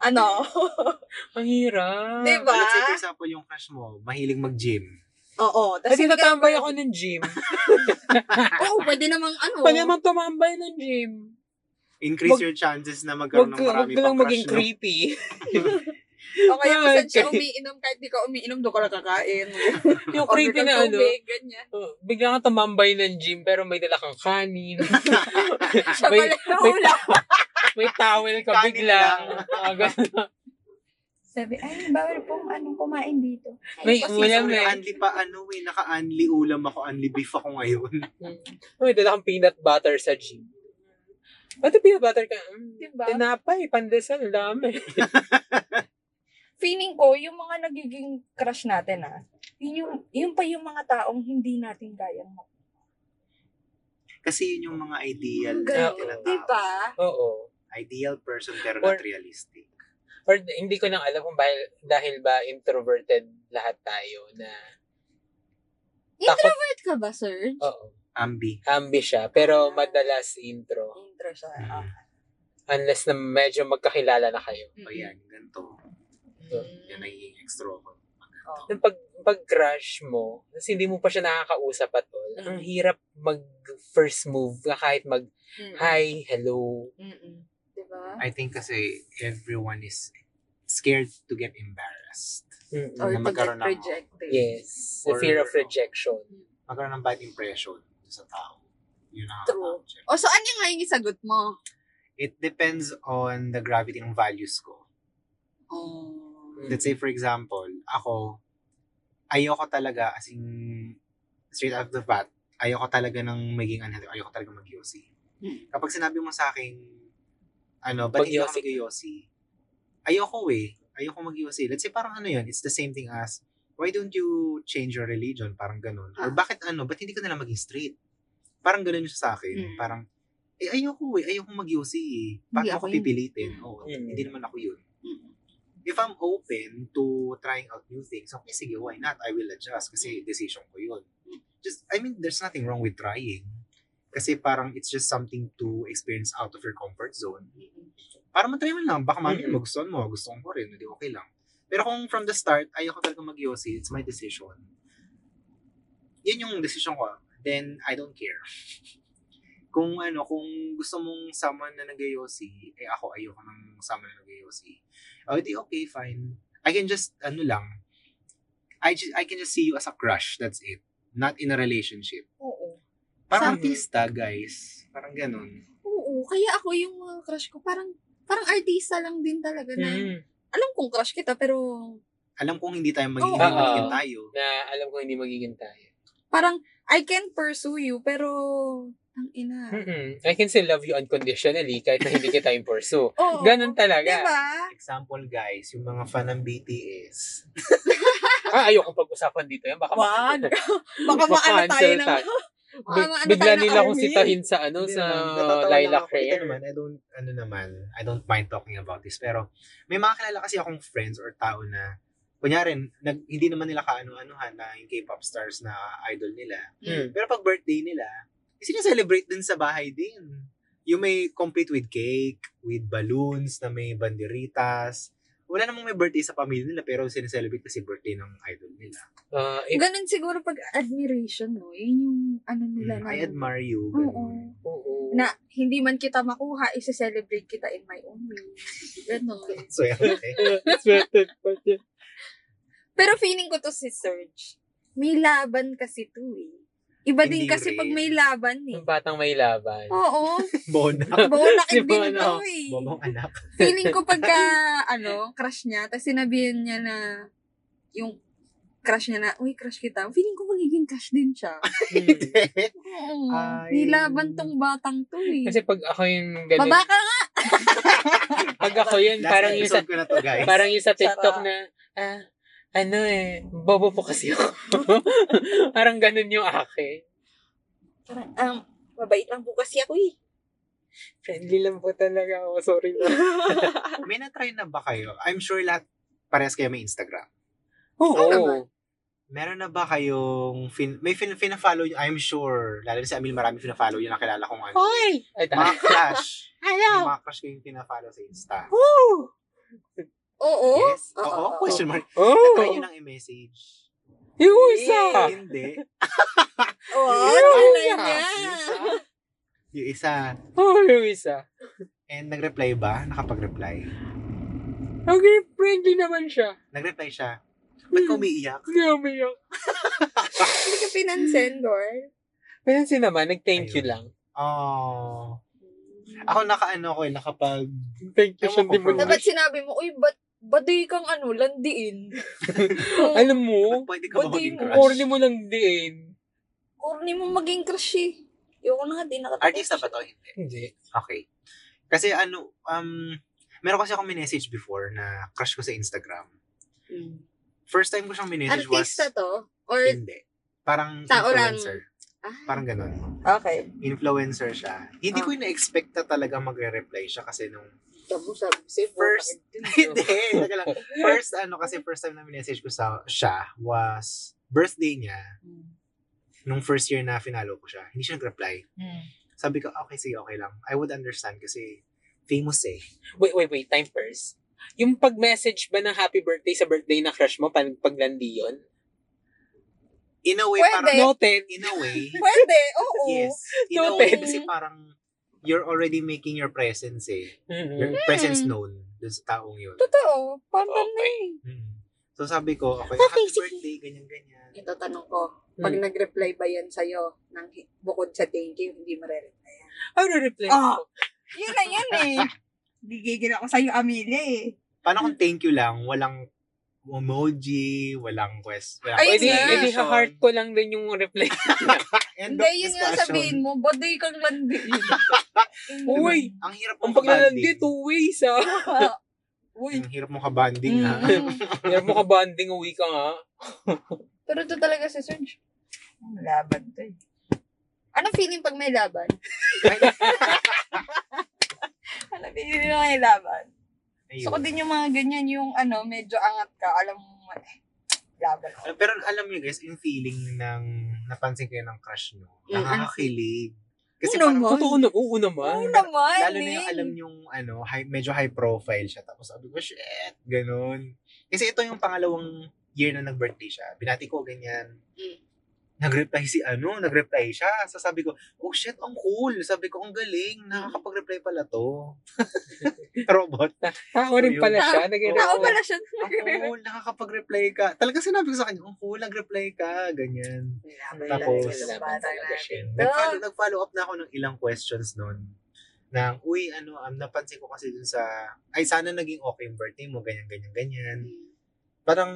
ano? Ang hirap. Di ba? Ah, Let's say, for example, yung crush mo, mahilig mag-gym. Oo. At Tapos hindi ka- tatambay ako ng gym. Oo, pwede namang ano. Pwede naman tumambay ng gym. Increase Wag- your chances na magkaroon Huwag ng huwag marami ka lang pang maging crush. no? creepy. O kaya kung saan siya Ah, Okay. umiinom, kahit di ka umiinom, doon ka lang kakain. Yung creepy Order ng na ano, tubig, ganyan. oh, bigla ka tumambay ng gym pero may dala kang kanin. Siya Ah, May- pala yung may- ula. May towel ka Kanin biglang. Ah, ganun. Sabi, ay, bawal pong ano, kumain dito. may Kasi ulam sorry, eh. Anli pa ano eh, naka-anli ulam ako, anli beef ako ngayon. May dala kang peanut butter sa gym. Ba't peanut butter ka? Mm, Diba? Tinapay, pandesal, dami. Feeling ko, yung mga nagiging crush natin, ah, yun, yung, yun pa yung mga taong hindi natin kaya mo. Kasi yun yung mga ideal na Ganun. Ah, tinatawag. Di ba? Oo. Ideal person pero Or- not realistic. Or hindi ko nang alam kung bahil- dahil ba introverted lahat tayo na takot. Introvert ka ba, Serge? Oo. Ambi. Ambi siya. Pero Ah. madalas intro. Intro siya. ah. Mm. Okay. Unless na medyo magkakilala na kayo. O oh, yan, ganito. Yan Mm. nagiging extrovert. Oh. Yung pag, pag crush mo, kasi hindi mo pa siya nakakausap at all, ang hirap mag first move na kahit mag Mm. hi, hello. Mm-mm. Diba? Di ba? I think kasi everyone is scared to get embarrassed. Mm-mm. Or Na to get magkaroon ng- rejected. Yes. The Or- fear of rejection. Magkaroon ng bad impression sa tao. Yun ang True. nakakatakot. O, so ano yung ngayon yung sagot mo? It depends on the gravity ng values ko. Oh. Mm. Let's say for example, ako, ayoko talaga, as in, straight out of the bat, ayoko talaga ng maging unhealthy, ayoko talaga mag Hmm. Kapag sinabi mo sa akin, ano, ba't hindi ako Mag-yosi. mag-yosi? Ayoko eh. Ayoko mag Let's say parang ano yun, it's the same thing as, why don't you change your religion? Parang ganun. Ah. Or bakit ano, ba't hindi ka nalang maging straight? Parang ganun yung sa Hmm. akin. Parang, eh ayoko eh, ayoko mag-yosi eh. Hindi Paano ako ako yun. pipilitin? Hmm. Oo, Hmm. hindi naman ako yun Mm. if I'm open to trying out new things, okay, sige, why not? I will adjust kasi decision ko yun. Just, I mean, there's nothing wrong with trying. Kasi parang it's just something to experience out of your comfort zone. Para matry mo lang, baka mami Mhm. magustuhan mo, gusto ko rin, hindi okay lang. Pero kung from the start, ayoko talaga mag it's my decision. Yun yung decision ko. Then, I don't care. Kung ano, kung gusto mong someone na nag eh ako ayoko ng someone na nag Oh, di okay, fine. I can just, ano lang, I, just, I can just see you as a crush. That's it. Not in a relationship. Oo. Sa- Parang artista, guys. Parang ganun. Oo. Kaya ako yung mga crush ko, parang parang artista lang din talaga na. Mm. Alam kong crush kita, pero Alam kong hindi tayo Oo. magiging magiging tayo. Na alam ko hindi magiging tayo. parang I can pursue you, pero ang ina. Mm-mm. I can still love you unconditionally kahit na hindi kita yung pursue. Oo. Ganun talaga. Diba? Example, guys, yung mga fan ng BTS. Ah, ayokong pag-usapan dito yan. Baka Wag. Baka maano tayo ma-cancel ng... tayo. Baka maano tayo Bigla ng nila akong army. sitahin sa ano, Hindi sa naman, natatawa lang lilac ako. Ito hair. naman, I don't, ano naman, I don't mind talking about this. Pero, may mga kilala kasi akong friends or tao na, kunyari, nag, hindi naman nila kaano-anuhan na yung K-pop stars na idol nila. Mm. Pero pag birthday nila, eh, sineselebrate din sa bahay din. Yung may complete with cake, with balloons, na may banderitas. Wala namang may birthday sa pamilya nila pero sineselebrate kasi birthday ng idol nila. Ah, it- Hmm, Ganun siguro pag admiration, no? Yun yung ano nila. Mm, na- I admire you. Oo. ganun. oo. na hindi man kita makuha, isi-celebrate kita in my own way. Ganon. So, yeah, okay. Sweated pa siya. Pero feeling ko to si Serge. May laban kasi to eh. Iba din Hindi kasi rin. pag may laban eh. Yung batang may laban. Oo. Bonak. Si Bonakit din Bono. ano, to eh. Bomong anak. Feeling ko pagka, ano, crush niya, tapos sinabihan niya na, yung crush niya na, uy, crush kita. Feeling ko magiging crush din siya. Hmm. Oo. Ay. May laban tong batang to eh. Kasi pag ako yung ganun, Baba ka nga! pag ako yun, Last parang yung sa, episode ko na to, guys. parang yung sa TikTok Sarap. na, ah, ano eh, bobo po kasi ako. parang ganun yung akin. Parang, um, mabait lang po kasi ako eh. Friendly lang po talaga ako. Sorry na. May na-try na ba kayo? I'm sure lahat, parehas kayo may Instagram. Oo. naman. Meron na ba kayong, fin, may fin, fina-follow, yun? I'm sure, lalo na si Amil, marami fina-follow yung nakilala kong ano. Oh. Hoy! Ay, tayo. Mga crush. Yung Hello! mga crush ko yung fina-follow sa Insta. Woo! Oo. Yes? Ah, Oo, Oo, oo, question mark. Oh! Na-try nyo nang i-message. Yung isa! Ah. Hindi. Oo, Yun, tunay yun. niya. Yung isa. Oh, yung isa. And nag-reply ba? Nakapag-reply. Okay, friendly naman siya. Nag-reply siya. Hmm. Ba't ka umiiyak? Grabe yun. Hindi ka pinansin, girl. Pero si naman, nag-thank you Ayun. lang. Oh. Ako naka-ano ko, eh, nakapag... Thank you Ewan siya. ko Di mo for na. Dapat sinabi mo, uy, ba't baday kang ano, landiin. Alam mo, Pwede ka ba Ba't di maging mo- crush? corny mo lang diin. Corny mo maging crush eh. Ayoko na nga, di nakatapos. Artista ba to? Hindi. Hindi. Okay. Kasi ano, um, meron kasi akong minessage before na crush ko sa Instagram. First time ko siyang minessage Artista was... to? Or, Hindi. Parang Tao lang. influencer. ah, Parang ganun. okay. Influencer siya. Hindi ko Ah. ina-expect na talaga magre-reply siya kasi nung... Tabo sabi ko sa'yo, First- Hindi, taga lang. First, ano, kasi first time na minessage ko sa siya was birthday niya. Hmm. Nung first year na finalo ko siya, hindi siya nag-reply. Hmm. Sabi ko, okay, sige, okay lang. I would understand kasi famous eh. Wait, wait, wait. Time first. Yung pag-message ba ng happy birthday sa birthday na crush mo, pag paglandi yun? In a way, Pwede. parang... Noted. In a way, Pwede, oo. yes. In a No, way, pwede. kasi parang you're already making your presence eh. Hmm. Your Mhm. presence known dun sa taong yun. Totoo, parang na Okay. eh. Mm. So sabi ko, okay, Okay, happy sige. birthday, ganyan-ganyan. Ito tanong eh. ko, pag Hmm. nag-reply ba yan sa'yo, nang, bukod sa thank you, hindi marereply yan. Ano reply Ah. ko? Yun na yun eh. Gigigil ako sa'yo, Amelia eh. Paano kung thank you lang, walang emoji, walang quest, walang Ayun Pwede, nga. edi eh, ha-heart ko lang din yung reply. End Hindi, of yun nga discussion. sabihin mo, baday kang landiin. Uy, Ang hirap ang mong paglalandi, kabanding. two ways ah. Uy, Hmm. Ang hirap mong kabanding, Mm. ha? Hmm. Meron mo ka banding uwi ka nga. Pero ito talaga si Serge. Ang Laban to eh. Anong feeling pag may laban? Alam mo, yun yung may laban. Ayun. Gusto ko din yung mga ganyan, yung ano, medyo angat ka, alam mo, eh, laban ko. Eh, Pero alam niyo guys, yung feeling ng napansin kayo ng crush nyo, Mm, nakakakilig. Kasi Oo parang, naman. Totoo na, oo Ano naman. Oo naman, lalo na yung eh. alam yung ano, high, medyo high profile siya. Tapos sabi ko, shit, ganun. Kasi ito yung pangalawang year na nag-birthday siya. Binati ko ganyan. Mm. Nag-reply si ano, nag-reply siya. So sabi ko, oh shit, ang cool. Sabi ko, ang galing. Nakakapag-reply pala to. Robot. Tao rin pala siya. Nag-reply. Tao pala siya. Ang cool, nakakapag-reply ka. Talaga sinabi ko sa kanya, ang cool, nag-reply ka. Ganyan. Tapos, Ah. Nag-follow, nag-follow up na ako ng ilang questions noon. Nang, uy, ano, um, napansin ko kasi dun sa, ay, sana naging okay yung birthday mo, ganyan, ganyan, ganyan. Parang,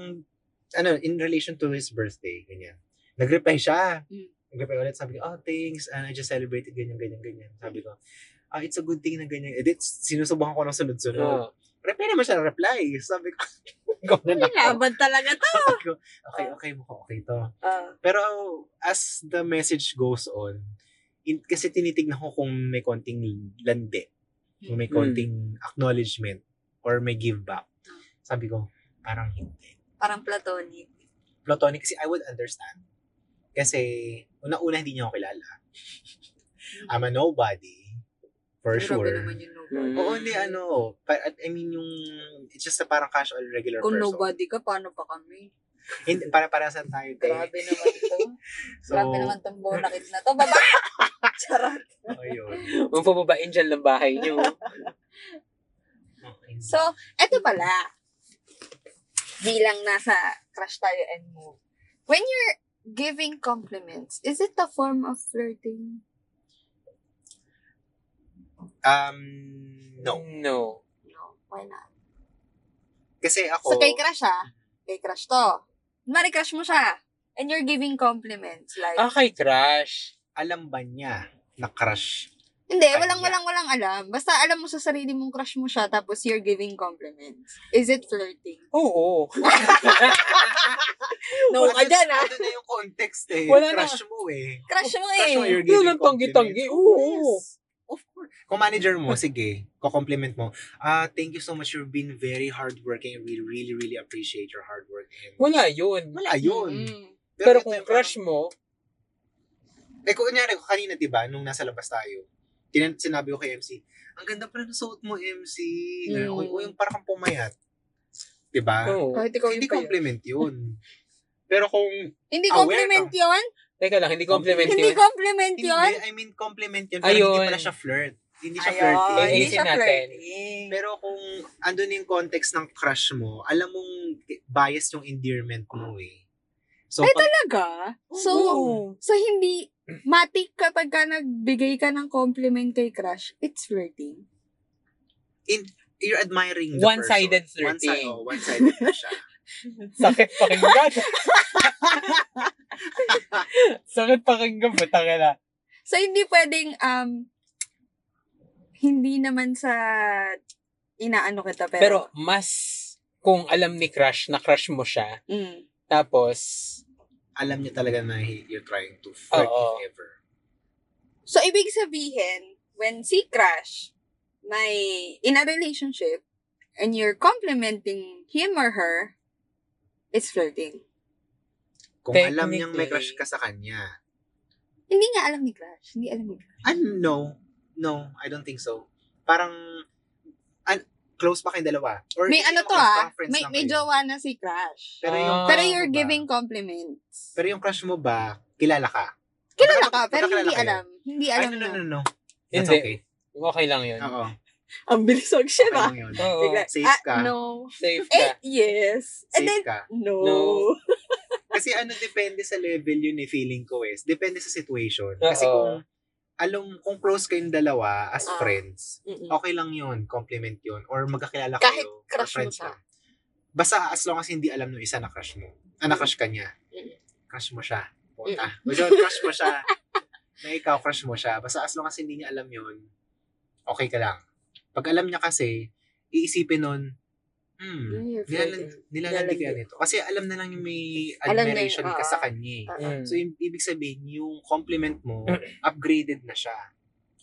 ano, in relation to his birthday, ganyan. Nag-reply siya. Mm. Nag-reply ulit, sabi ko, oh, thanks, and I just celebrated, ganyan, ganyan, ganyan. Sabi ko, ah, it's a good thing na ganyan. Eh, di, sinusubukan ko ng sunod-sunod. Oo. Reply naman siya, reply. Sabi ko, ikaw na lang. Laban talaga to. Sabi ko, okay, okay, mukha okay to. Ah, Pero as the message goes on, in, kasi tinitignan ko kung may konting landi, kung may Hmm. Mm. konting acknowledgement or may give back. Sabi ko, parang hindi. Parang platonic. Platonic kasi I would understand. Kasi una-una hindi niya ako kilala. I'm a nobody, for Hmm. Grabe sure. naman yung nobody. Mm. Oo, hindi ano. pa- I mean, yung, it's just a parang casual regular Kung person. nobody ka, paano pa kami? Hindi, para-parasan tayo, te. Grabe naman ito. So, Grabe naman tong bonakit na to. Baba! Charot. oh, yun. Huwag pababain dyan ng bahay niyo. Okay. So, eto pala. Bilang nasa crush tayo and move. When you're giving compliments, is it a form of flirting? Um, no. No. No, why not? Kasi ako, So, kay crush ha? Kay crush to. Mari crush mo siya. And you're giving compliments. Like, Ah, kay crush. alam ba niya na crush? Hindi, Kanya. walang walang walang alam. Basta alam mo sa sarili mong crush mo siya tapos you're giving compliments. Is it flirting? Oo. No Wala ka dyan, ha? Ano na yung context ah. eh. Wala na. crush mo eh. Crush mo Crush mo, eh. you're Yun giving ang tanggi-tanggi. compliments. Oo. Of course. Kung manager mo, sige, kukompliment mo. Ah, thank you so much. You've been very hardworking. We really, really appreciate your hard work. And Wala yun. Wala yun. Mm. Pero ito kung yung crush mo, parang- Eh, kung kunyari, kanina, di ba, nung nasa labas tayo, tinan- sinabi ko kay MC, ang ganda pala ng suot mo, MC. Mm. Mm. Uy, uy, yung parang kang pumayat. Di ba? oo. Kahit ikaw yun Hindi pa yun. compliment yun. Pero kung, Hindi Aware compliment yun? Teka lang, hindi compliment Hindi yun. compliment hindi, yun? I mean, compliment yun, pero hindi Ayun. pala siya flirt. Hindi siya Ayun, flirting. Ah, Hindi siya Ayusin natin. flirting. Pero kung andun yung context ng crush mo, alam mong biased yung endearment mo eh. So, Ay, pag- Talaga? So, Oo. so hindi, matik kapag ka nagbigay ka ng compliment kay crush, it's flirting. you're admiring the One-sided person. flirting. One-sided One-sided na siya. Sakit pakinggan. Sakit pakinggan. Bata ka na. So, hindi pwedeng, um, hindi naman sa inaano kita, pero, Pero mas kung alam ni crush na crush mo siya, mm. tapos Alam niya talaga na he- you're trying to flirt Oo. if ever. So, ibig sabihin, when si Crush may in a relationship and you're complimenting him or her, it's flirting. Kung alam niyang may Technically. crush ka sa kanya. Hindi nga alam ni Crush. Hindi alam ni Crush. Ano? No. No, I don't think so. Parang, an- close pa kayong dalawa. Or May hindi ano naman to close, ah, parang friends may, lang may kayo. jowa na si Crush. Pero yung, Ah. Pero you're ba? giving compliments. diba? Pero yung crush mo ba, kilala ka? Kilala ka, Magkaka- pero hindi magkakilala kayo? alam. Hindi Ay, alam no, no, na. no, no. That's hindi. okay. Okay lang yun. Oo. Ang bilis ang siya diba? Okay lang yun. Oo. Bigla, Safe ah, Oh, ka. no. Safe Eh, ka. yes. And then, Safe ka. no. No. Kasi ano, depende sa level yun eh, feeling ko eh. Depende sa situation. Kasi Oo. kung, alam, kung close kayong dalawa as Ah. friends, Mm-mm. okay lang yun, compliment yun. Or magkakilala Kahit kayo. or crush mo friends siya. lang. Basta as long as hindi alam nung isa na crush mo. Ah, na crush ka niya. Mm. Crush mo siya. Puta. O yun, crush mo siya. na ikaw, crush mo siya. Basta as long as hindi niya alam yun, okay ka lang. Pag alam niya kasi, iisipin nun, hmm, Ay, you're nilaland, flirting. nilalandi Mm. kaya Nilalandi. nito. Kasi alam na lang yung may Alam na yun, admiration ka oo. sa kanya eh. Ah, Mm. So, yung, ibig sabihin, yung compliment mo, Mm. upgraded na siya.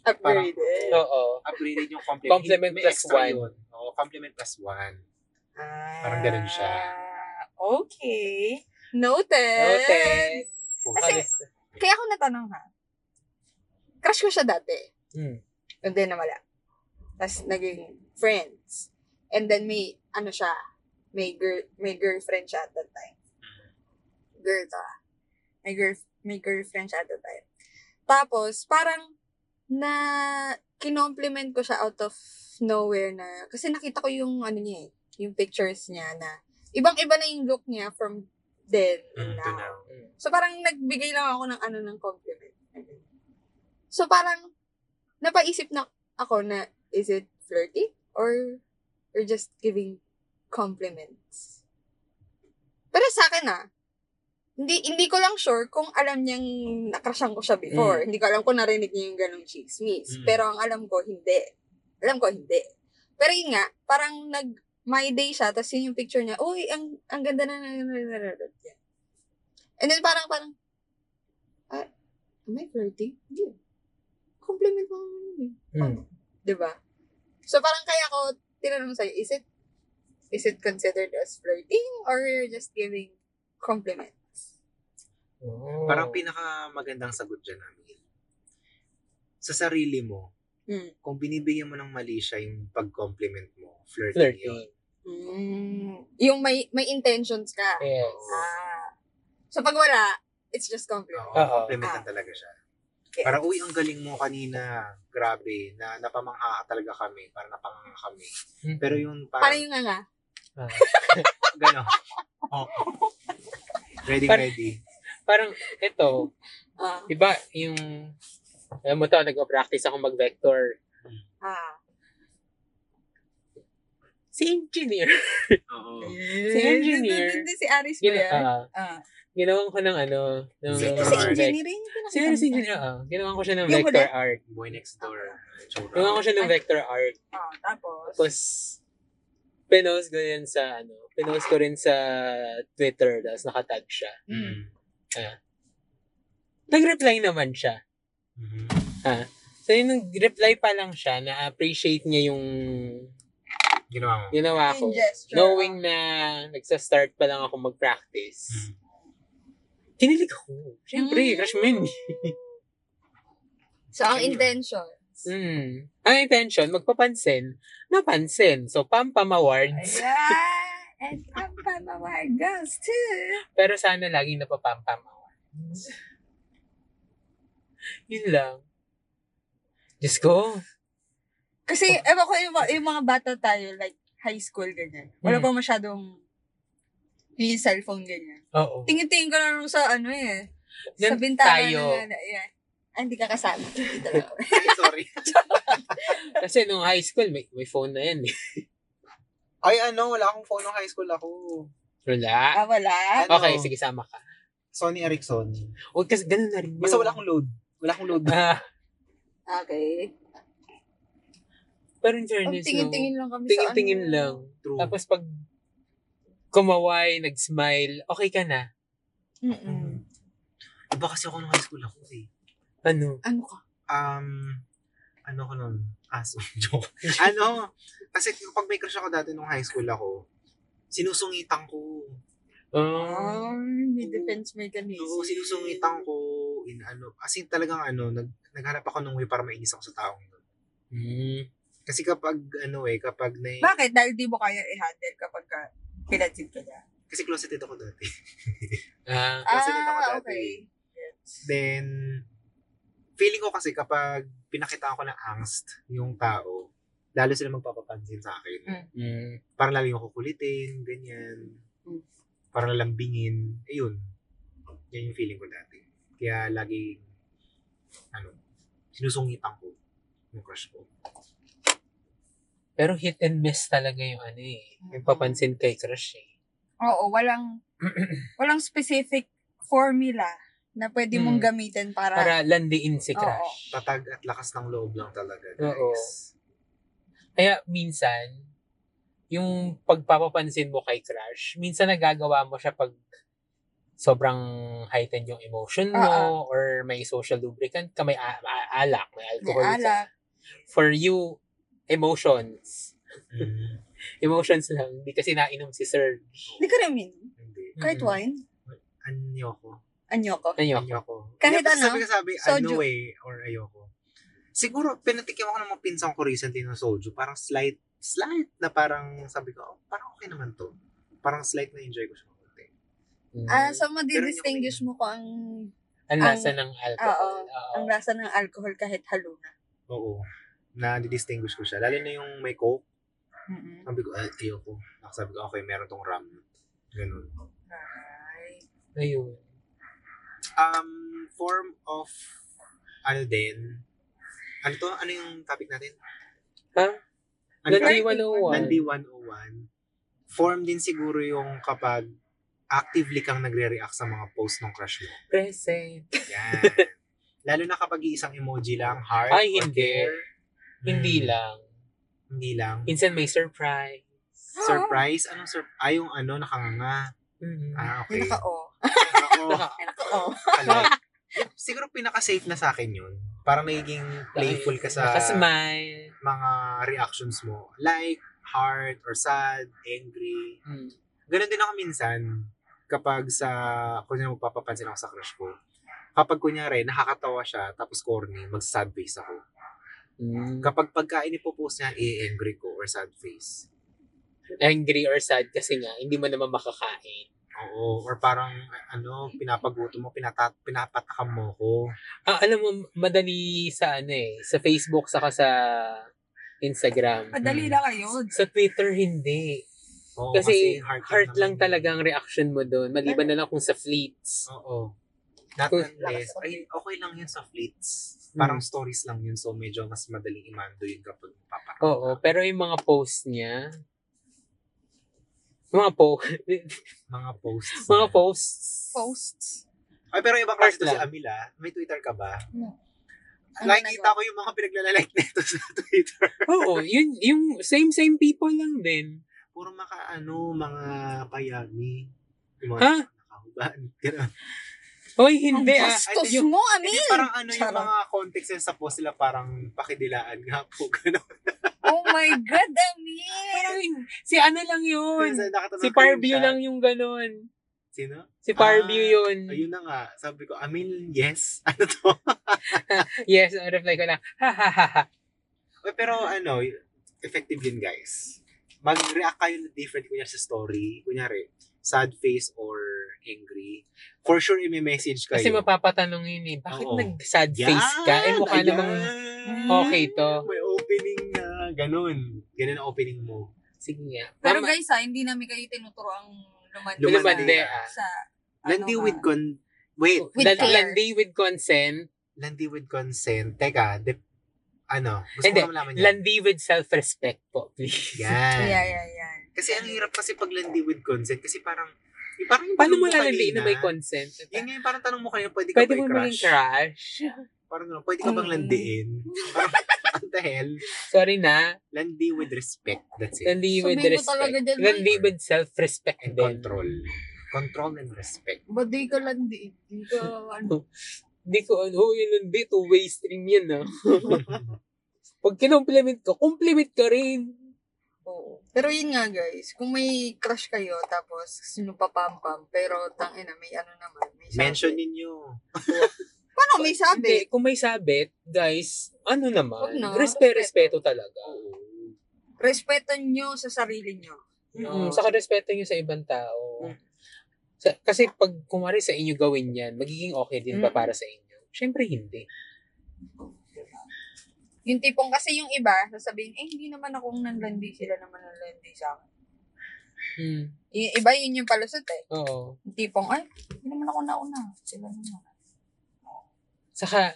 Ah, Upgraded. Oo. Upgraded yung compliment. Compliment May plus one. extra yun. Oo, compliment plus one. Ah, Parang ganun siya. Okay. Noted. Noted. Puta. Kasi- Kaya ako natanong ha, crush ko siya dati. Mm. And then nawala. Tapos naging friends. And then may, ano siya, may, girl, may girlfriend siya at that time. Girl to ah. May, girl, may girlfriend siya at that time. Tapos, parang na kinompliment ko siya out of nowhere na, kasi nakita ko yung ano niya eh, yung pictures niya na, ibang-iba na yung look niya from then and Mm, to now. now. Mm. So parang nagbigay lang ako ng ano ng compliment. So parang napaisip na ako na is it flirty or you're just giving compliments. Pero sa akin ah, hindi hindi ko lang sure kung alam niyang nakrasyan ko siya before. Mm. Hindi ko alam kung narinig niya yung ganong chismis. Mm. Pero ang alam ko, hindi. Alam ko, hindi. Pero yun nga, parang nag my day siya, tapos yun yung picture niya, uy, ang, ang ganda na, na, na, na, na, na, na." And then parang, parang, ah, am I flirting? Hindi. Compliment mo naman yun eh. Mm. Diba? So parang kaya ako, tinanong sa'yo, is it, is it considered as flirting or you're just giving compliments? Oh. Parang pinakamagandang sagot dyan namin. Sa sarili mo, Mm. kung binibigyan mo ng mali siya yung pag-compliment mo, flirting, yun. flirting. Mm, yung may may intentions ka. Yes. Ah. So pag wala, it's just compliment. Oo, Oo. complimentan talaga siya. Parang, uy, ang galing mo kanina. Grabe, na napamangha talaga kami. Parang napanganga kami. Mm. Pero yung Parang parang, yung nga. Ah. gano'n. Oo. Ready, Parang- ready. Parang, ito, Ah. iba yung, alam mo to, nag-practice ako mag-vector. ah. Si engineer. Oo. Si engineer. Hindi si Aris ba Gina, yan? ah, Ah. ginawan ko ng ano, ng Vector Si art. engineer yun yung Si pinakita Aris mo sa- engineer, ah. Ginawan ko siya ng Yung vector huli? art. Boy next door. Tsura. Ginawan Ano ko siya ng vector art. Ah, tapos. Tapos, pinost ko rin sa, ano, pinost ko rin sa Twitter, tapos nakatag siya. Mm. Nag-reply naman siya. Mhm. So, yung nag-reply pa lang siya, na-appreciate niya yung Ginawa mo. ginawa ko. Yung gesture. oh. Knowing na nagsa-start pa lang ako Mm. mag-practice. Kinilig ako. Siyempre, Mm. crush mo yun. So, ang intention. Mm. Ang intention, magpapansin, napansin. So, pam-pam awards. Yeah. And I'm by my white girls too. Pero sana laging napapam-pam awards. Yun lang. Diyos ko. Kasi, ewan ko, yung, mga- yung mga bata tayo, like, high school, ganyan. Wala Mm. pa masyadong yung cellphone, ganyan. Oo. Tingin-tingin ko lang sa ano eh. Sa Yan bintana tayo. na, yeah. Ah, hindi ka kasama. Hindi talaga. Sorry. Kasi nung high school, may, may phone na yan. eh. Ay, ano, wala akong phone nung high school ako. Wala. ah, wala. Ano? Okay, sige, sama ka. Sony Ericsson. Huwag kasi ganun na rin yun. Basta wala akong load. Wala akong load. Ah, Okay. pero in Ang fairness, tingin-tingin no, lang kami sa tingin-tingin ano. lang. True. Tapos pag kumaway, nag-smile, okay ka na. Mm-mm. Mm. Mm. Iba kasi ako nung high school ako eh. Ano? Ano ka? Um, ano ko nun? Aso. Joke. ano? Kasi pag may crush ako dati nung high school ako, sinusungitan ko. Oh. Um, may defense mechanism. Oo, sinusungitan ko. In ano, as in talagang ano, nag, naghanap ako ng way para mainis ako sa taong yun. Mm. Kasi kapag ano eh, kapag na... Bakit? Dahil di mo kaya i-handle kapag ka pinatid ka niya. Kasi closeted ako dati. Ah, Closeted ako dati. Yes. Then, feeling ko kasi kapag pinakita ko ng angst yung tao, lalo sila magpapapansin sa akin. Mm. mm. Parang lalo yung kukulitin, ganyan. Mm. Parang lalambingin. Ayun. Yan yung feeling ko dati. Kaya lagi, ano, sinusungitan ko yung crush ko. Pero hit and miss talaga yung ano eh. Yung papansin kay crush eh. Oo, walang walang specific formula na pwede mong Mm. gamitin para, Para landiin Ah, si crush. Tatag at lakas ng loob lang talaga, guys. Oo. Kaya minsan, yung pagpapapansin mo kay crush, minsan nagagawa mo siya pag sobrang heightened yung emotion mo Oo. or may social lubricant ka, may a- a- alak, may ah. may alcohol ka. alak. For you, emotions. Mm, Emotions lang. Hindi kasi nainom si Serge. Hindi ko rin min. hindi. Kahit Mm. wine, Anyoko. anyoko. Ayoko. Ayoko. Kahit Hindi, basta ano, Sabi ka sabi, soju. ano eh, or ayoko. Siguro, pinatikim ako ng mga pinsan ko recently ng soju. Parang slight, slight na parang sabi ko, oh, parang okay naman to. Parang slight na enjoy ko siya. konti. Mm. Ah, so madidistinguish mo ko ang ang ang- lasa ng alcohol. Oo. ang lasa ng alcohol kahit haluna. Oo. Na-distinguish ko siya. Lalo na yung may coke. mm Sabi ko, ay, ayoko. Sabi ko, okay, meron tong rum. Ganun. Ayun. Um, form of, ano din, ano to? Ano yung topic natin? Ha? Ano yung Nandi topic? 101. Nandi 101. Form din siguro yung kapag actively kang nagre-react sa mga post ng crush mo. Present. Yan. Lalo na kapag isang emoji lang, heart, Ay, hindi. or care. Hindi Hmm, lang. Hindi lang. Minsan may surprise. Surprise? Anong sur- Ay, yung ano, nakanganga. Mm. Ah, okay. Naka o. Ako, Naka- Naka o. Mm-hmm. kalay. Siguro pinaka-safe na sa akin yun. Parang nagiging playful ka sa Nakasmile. mga reactions mo. Like, heart, or sad, angry. Mm. Ganun din ako minsan kapag sa, kunyari mapapapansin ako sa crush ko. Kapag kunyari, nakakatawa siya, tapos corny, mag-sad face ako. Mm. Kapag pagkain ipopost niya, i-angry ko or sad face. angry or sad kasi nga, hindi mo naman makakain. Oo. Or parang, ano, pinapagutom mo, pinata, pinapatakam mo ko. Ah, alam mo, madali sa ano eh, sa Facebook, saka sa Instagram. Madali lang kayo. Sa Twitter, hindi. Oo, Kasi, heart, lang naman. talaga ang reaction mo doon. Maliban na lang kung sa fleets. Oo. Not Kung- Hmm. unless, ay, okay lang yun sa fleets. Parang stories lang yun, so medyo mas madaling imando yun kapag papatakam. Oo, pero yung mga post niya, mga po Mga posts. mga niya. posts. Posts. Ay, pero iba Part kasi to si lang. Amila. May Twitter ka ba? No. Ano Nakikita ko yung mga pinaglalike nito sa Twitter. Oo, yun, yung same same people lang din. Puro maka, ano, mga payami. Yung mga Ha? nakahubaan. Ganun. Hoy, Ang hindi ah. bastos Yung- mo, Hindi, Amin! parang ano yung Charot. mga context nila sa post nila, parang pakidilaan nga po. Ganun. Oh my God, Amin! Parang yun, si ano lang yun. Kasi nakatawa Si ko Parview yung lang yung ganun. chat. Sino? Si Parview Ah, yun. Ayun na nga. Sabi ko, I mean, yes. Ano to? Yes, ang reply ko lang. Ha ha ha ha. Uy, Pero ano, effective yun guys. Mag-react kayo na different kunyari sa story. Kunyari, sad face or angry. For sure, i-message kayo. Kasi mapapatanong yun eh, bakit Oo. nag-sad face ka? Eh, mukha ayan. namang Mm. okay oh. to. May opening na ganun. Ganun ang opening mo. Sige nga. Pero Mama- guys, ah, hindi namin kayo tinuturo ang lumandi. Lumandi, sa- ah. Sa, ano Landi ka. with con... Wait. With Lan- care. landi with consent, Landi with consent. Teka, de- ano? Gusto Hindi, ko na malaman yan. landi with self-respect po, please. Yan. Yeah, yeah, yeah. Kasi ang hirap kasi pag landi with consent. Kasi parang... yung Parang yung Paano tanong mo kanina, lalandi na may consent? Yan nga yung parang tanong mo kanina, pwede ka Pwede ba mo maging i-crush? crush? Parang gano'n, pwede ka bang Mm. landiin? Parang, what the hell? Sorry na. Landi with respect. That's it. Landi Sabihin with mo talaga respect. dyan, Mike. Landi with self-respect And din. control. Control and respect. Baday ka lang di. Di ka, ano. Hindi ko, ano, yun landi, two-way stream yan, ah. Pag kinompliment ka, compliment ka rin. Oo. Pero yun nga guys, kung may crush kayo, tapos sinupapampam, pero tangina, may ano naman, may sabi. Mention ninyo. Paano may Hindi, sabi? kung may sabit, guys, ano Huwag naman, na. respe- respeto talaga. Respeto nyo sa sarili nyo. Mm, saka respeto nyo sa ibang tao. Sa- kasi pag kumari sa inyo gawin yan, magiging okay din ba Mm. para sa inyo? Siyempre hindi. Yung tipong kasi yung iba, sasabihin, eh hindi naman akong nanlandi, sila naman nanlandi sa akin. Mm. Yung iba yun yung palusot eh. Oo. Yung tipong, ay, hindi naman ako nauna, sila naman. Saka,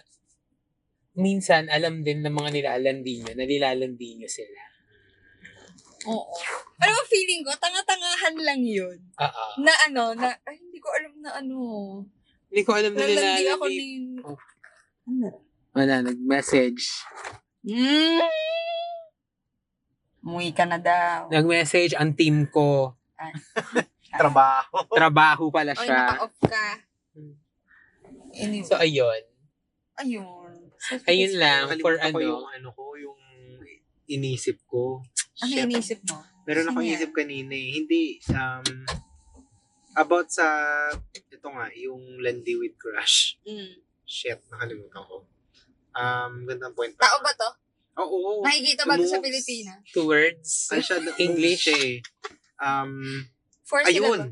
minsan, alam din ng mga nilalandi nyo, na nilalandi nyo sila. Oo. Alam mo, feeling ko, tanga-tangahan lang yun. Oo. Na ano, na, ay, hindi ko alam na ano. Hindi ko alam na Nalandi nilalandi. ako ni... Oh. Ano? Wala, nag-message. Mm. Umuwi ka na daw. Nag-message ang team ko. Trabaho. Trabaho pala Oy, siya. naka-off ka. Anyway, So, ayun. ayun. Ayun lang Nakalimutan for ko Yung ano. ano ko, yung inisip ko. Ano Shit. inisip mo? Meron akong Ano yan? isip kanina eh. Hindi, um, about sa, ito nga, yung landi with crush. Mm. Shit, nakalimutan ko. Um, gandang point pa. Tao ba to? Oo. Nakikita ba to sa Moves. Pilipinas? Two words. Ay, siya, na- English. siya eh. Um, Four syllable. ayun.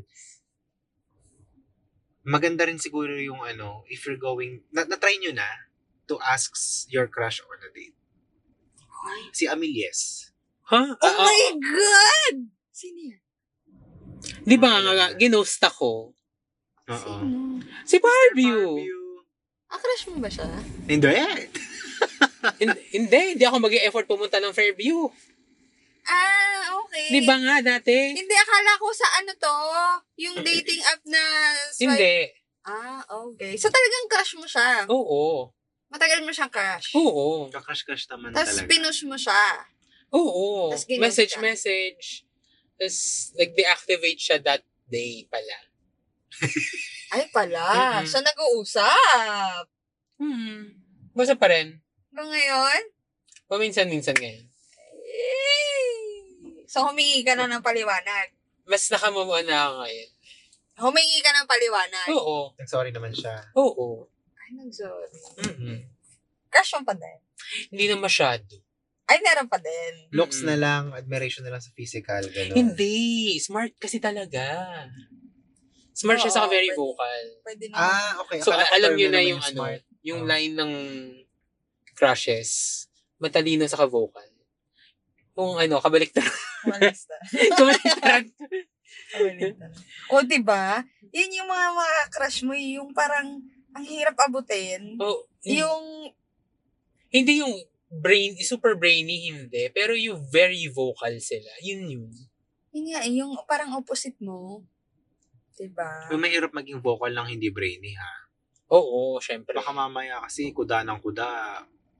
Maganda rin siguro yung ano, if you're going, na, na-try nyo na to ask s- your crush on a date. Si Amil, yes. Ha? Ah, Oh Oo. my God! Sino yan? Di ba nga, nga, ginost ako? Oo. Si Sir Parview. Ah, crush mo ba siya? Hindi. Hin- hindi, hindi ako mag effort pumunta ng Fairview. Ah, okay. Di ba nga dati? Hindi, akala ko sa ano to, yung dating app na swipe. Hindi. Ah, okay. So talagang crush mo siya. Oo. Matagal mo siyang crush. Oo. Kakrush-crush naman Tapos talaga. pinush mo siya. Oo. Tas ginost Message, ka. message. Tapos, nag-deactivate siya that day pala. Ay pala, Mm-mm. so nag-uusap. Hmm. Basta pa rin. Hanggang ngayon? Paminsan-minsan ngayon. Eh. So humingi ka na ng paliwanag. Mas nakamamuan na ako ngayon. Humingi ka ng paliwanag. Oo. Sorry naman siya. Oo. Ay, nag-sorry. mm Crush mo pa din. Hindi na masyado. Ay, meron pa din. Looks Mm-mm. na lang, admiration na lang sa physical, gano'n. Hindi. Smart kasi talaga. Smart siya Oo, sa very pwede. vocal. Pwede na. Ah, okay. So, Akala ko alam term niyo na naman yung, ano, smart. yung Oh. line ng crushes. Matalino sa vocal. Kung ano, kabaliktad. Malas na. kabaliktad. Malas na. o, diba? Yan yung mga mga crush mo, eh, yung parang ang hirap Mm. abutin. Oh, Yung, hindi yung brain, super brainy, hindi. Pero yung very vocal sila. Yun yun. yun nga, eh, yung parang opposite mo. Diba? Yung mahirap maging vocal lang hindi brainy ha. Oo, syempre. Baka mamaya kasi kuda ng kuda.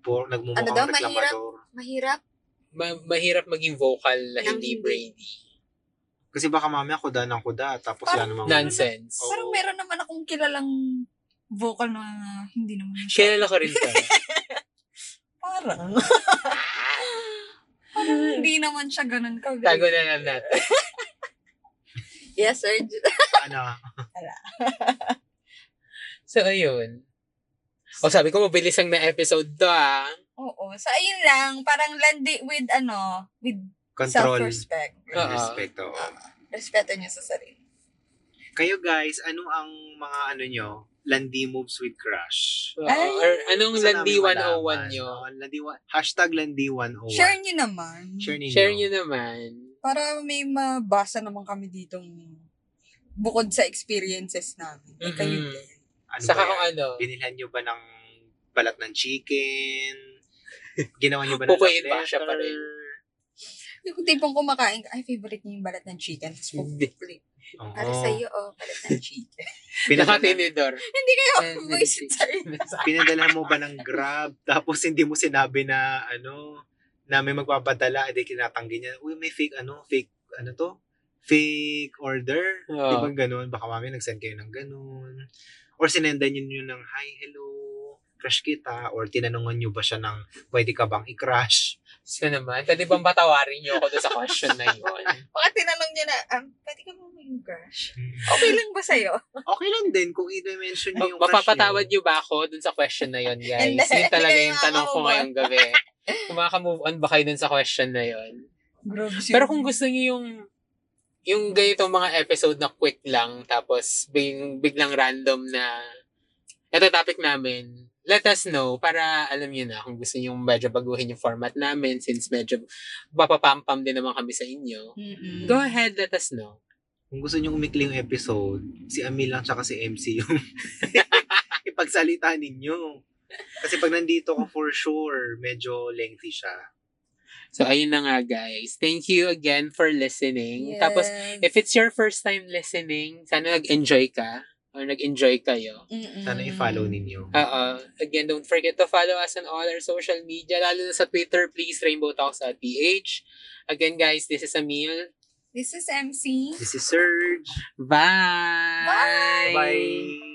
Por, nagmumukhang Ano daw, mahirap? reklamador. Mahirap. Ma- mahirap maging vocal na Nang hindi hindi. brainy. Kasi baka mamaya kuda ng kuda. Tapos wala Parang namang... Nonsense. Oo. Parang meron naman akong kilalang vocal na hindi naman siya. Kilala ko rin ka. Parang. parang hindi naman siya ganun ka. Tago na lang natin. Yes, sir. ano, So, ayun. O, sabi ko, mabilis ang na-episode to, ah. Oo. So, ayun lang. Parang land it with, ano, with control. self-respect. and Oo. Respect. oo. Respeto niyo sa sarili. Kayo guys, ano ang mga ano nyo? Landi moves with crush. Oo, Ay. or anong Gusto Landi namin 101 malaman. nyo? Oo, Landi, one- hashtag Landi 101. Share niyo naman. Share ninyo. Share nyo naman. Para may mabasa naman kami ditong bukod sa experiences namin. Eh, kayo Mhm. din. Ano Saka ba yan? kung ano, Binilhan nyo ba ng balat ng chicken? Ginawa nyo ba ng Pupuin ba love siya pa rin? letter? Yung tipong kumakain ka, ay, favorite niyo yung balat ng chicken. Tapos, Hindi. pupulit. Oo. Para sa'yo, oh, balat ng chicken. Pinadala, nakatinidor. Hindi kayo Eh, voice hindi. sa sarili. pinadala mo ba ng grab? Tapos hindi mo sinabi na ano, na may magpapadala, edi kinatanggi niya. Uy, may fake ano, fake ano to? Fake order? Oo. Di ba ganun? Baka mami nag-send kayo ng ganun. Or sinendan niyo yun ng, hi, hello, crush kita. Or tinanungan niyo ba siya ng, pwede ka bang i-crush? So naman, pwede bang patawarin nyo ako doon sa question na yun? Baka tinanong niyo na, um, pwede ka ba maging crush? Hmm. Okay lang ba sa'yo? Okay lang din kung i-mention niyo yung crush Mapapatawad niyo. nyo ba ako dun sa question na yun, guys? Hindi. Yun talaga Hindi yung tanong ko makaka-move on. ngayong gabi. Kung move on ba kayo dun sa question na yun? Pero kung gusto niyo yung yung ganitong mga episode na quick lang tapos big, biglang random na ito topic namin, let us know para alam niyo na kung gusto niyo medyo baguhin yung format namin since medyo papapampam din naman kami sa inyo. Mm-mm. Go ahead, let us know. Kung gusto niyo umikli yung episode, si Ami lang tsaka si MC yung ipagsalita ninyo. Kasi pag nandito ko for sure, medyo lengthy siya. So, ayun na nga guys. Thank you again for listening. Yes. Tapos, if it's your first time listening, sana nag-enjoy ka or nag-enjoy kayo. Mm-mm. Sana i-follow Mm. ninyo. Oo. Again, don't forget to follow us on all our social media, lalo na sa Twitter, please, Rainbow Talks at PH. Again, guys, this is Emil. This is MC. This is Serge. Bye! Bye!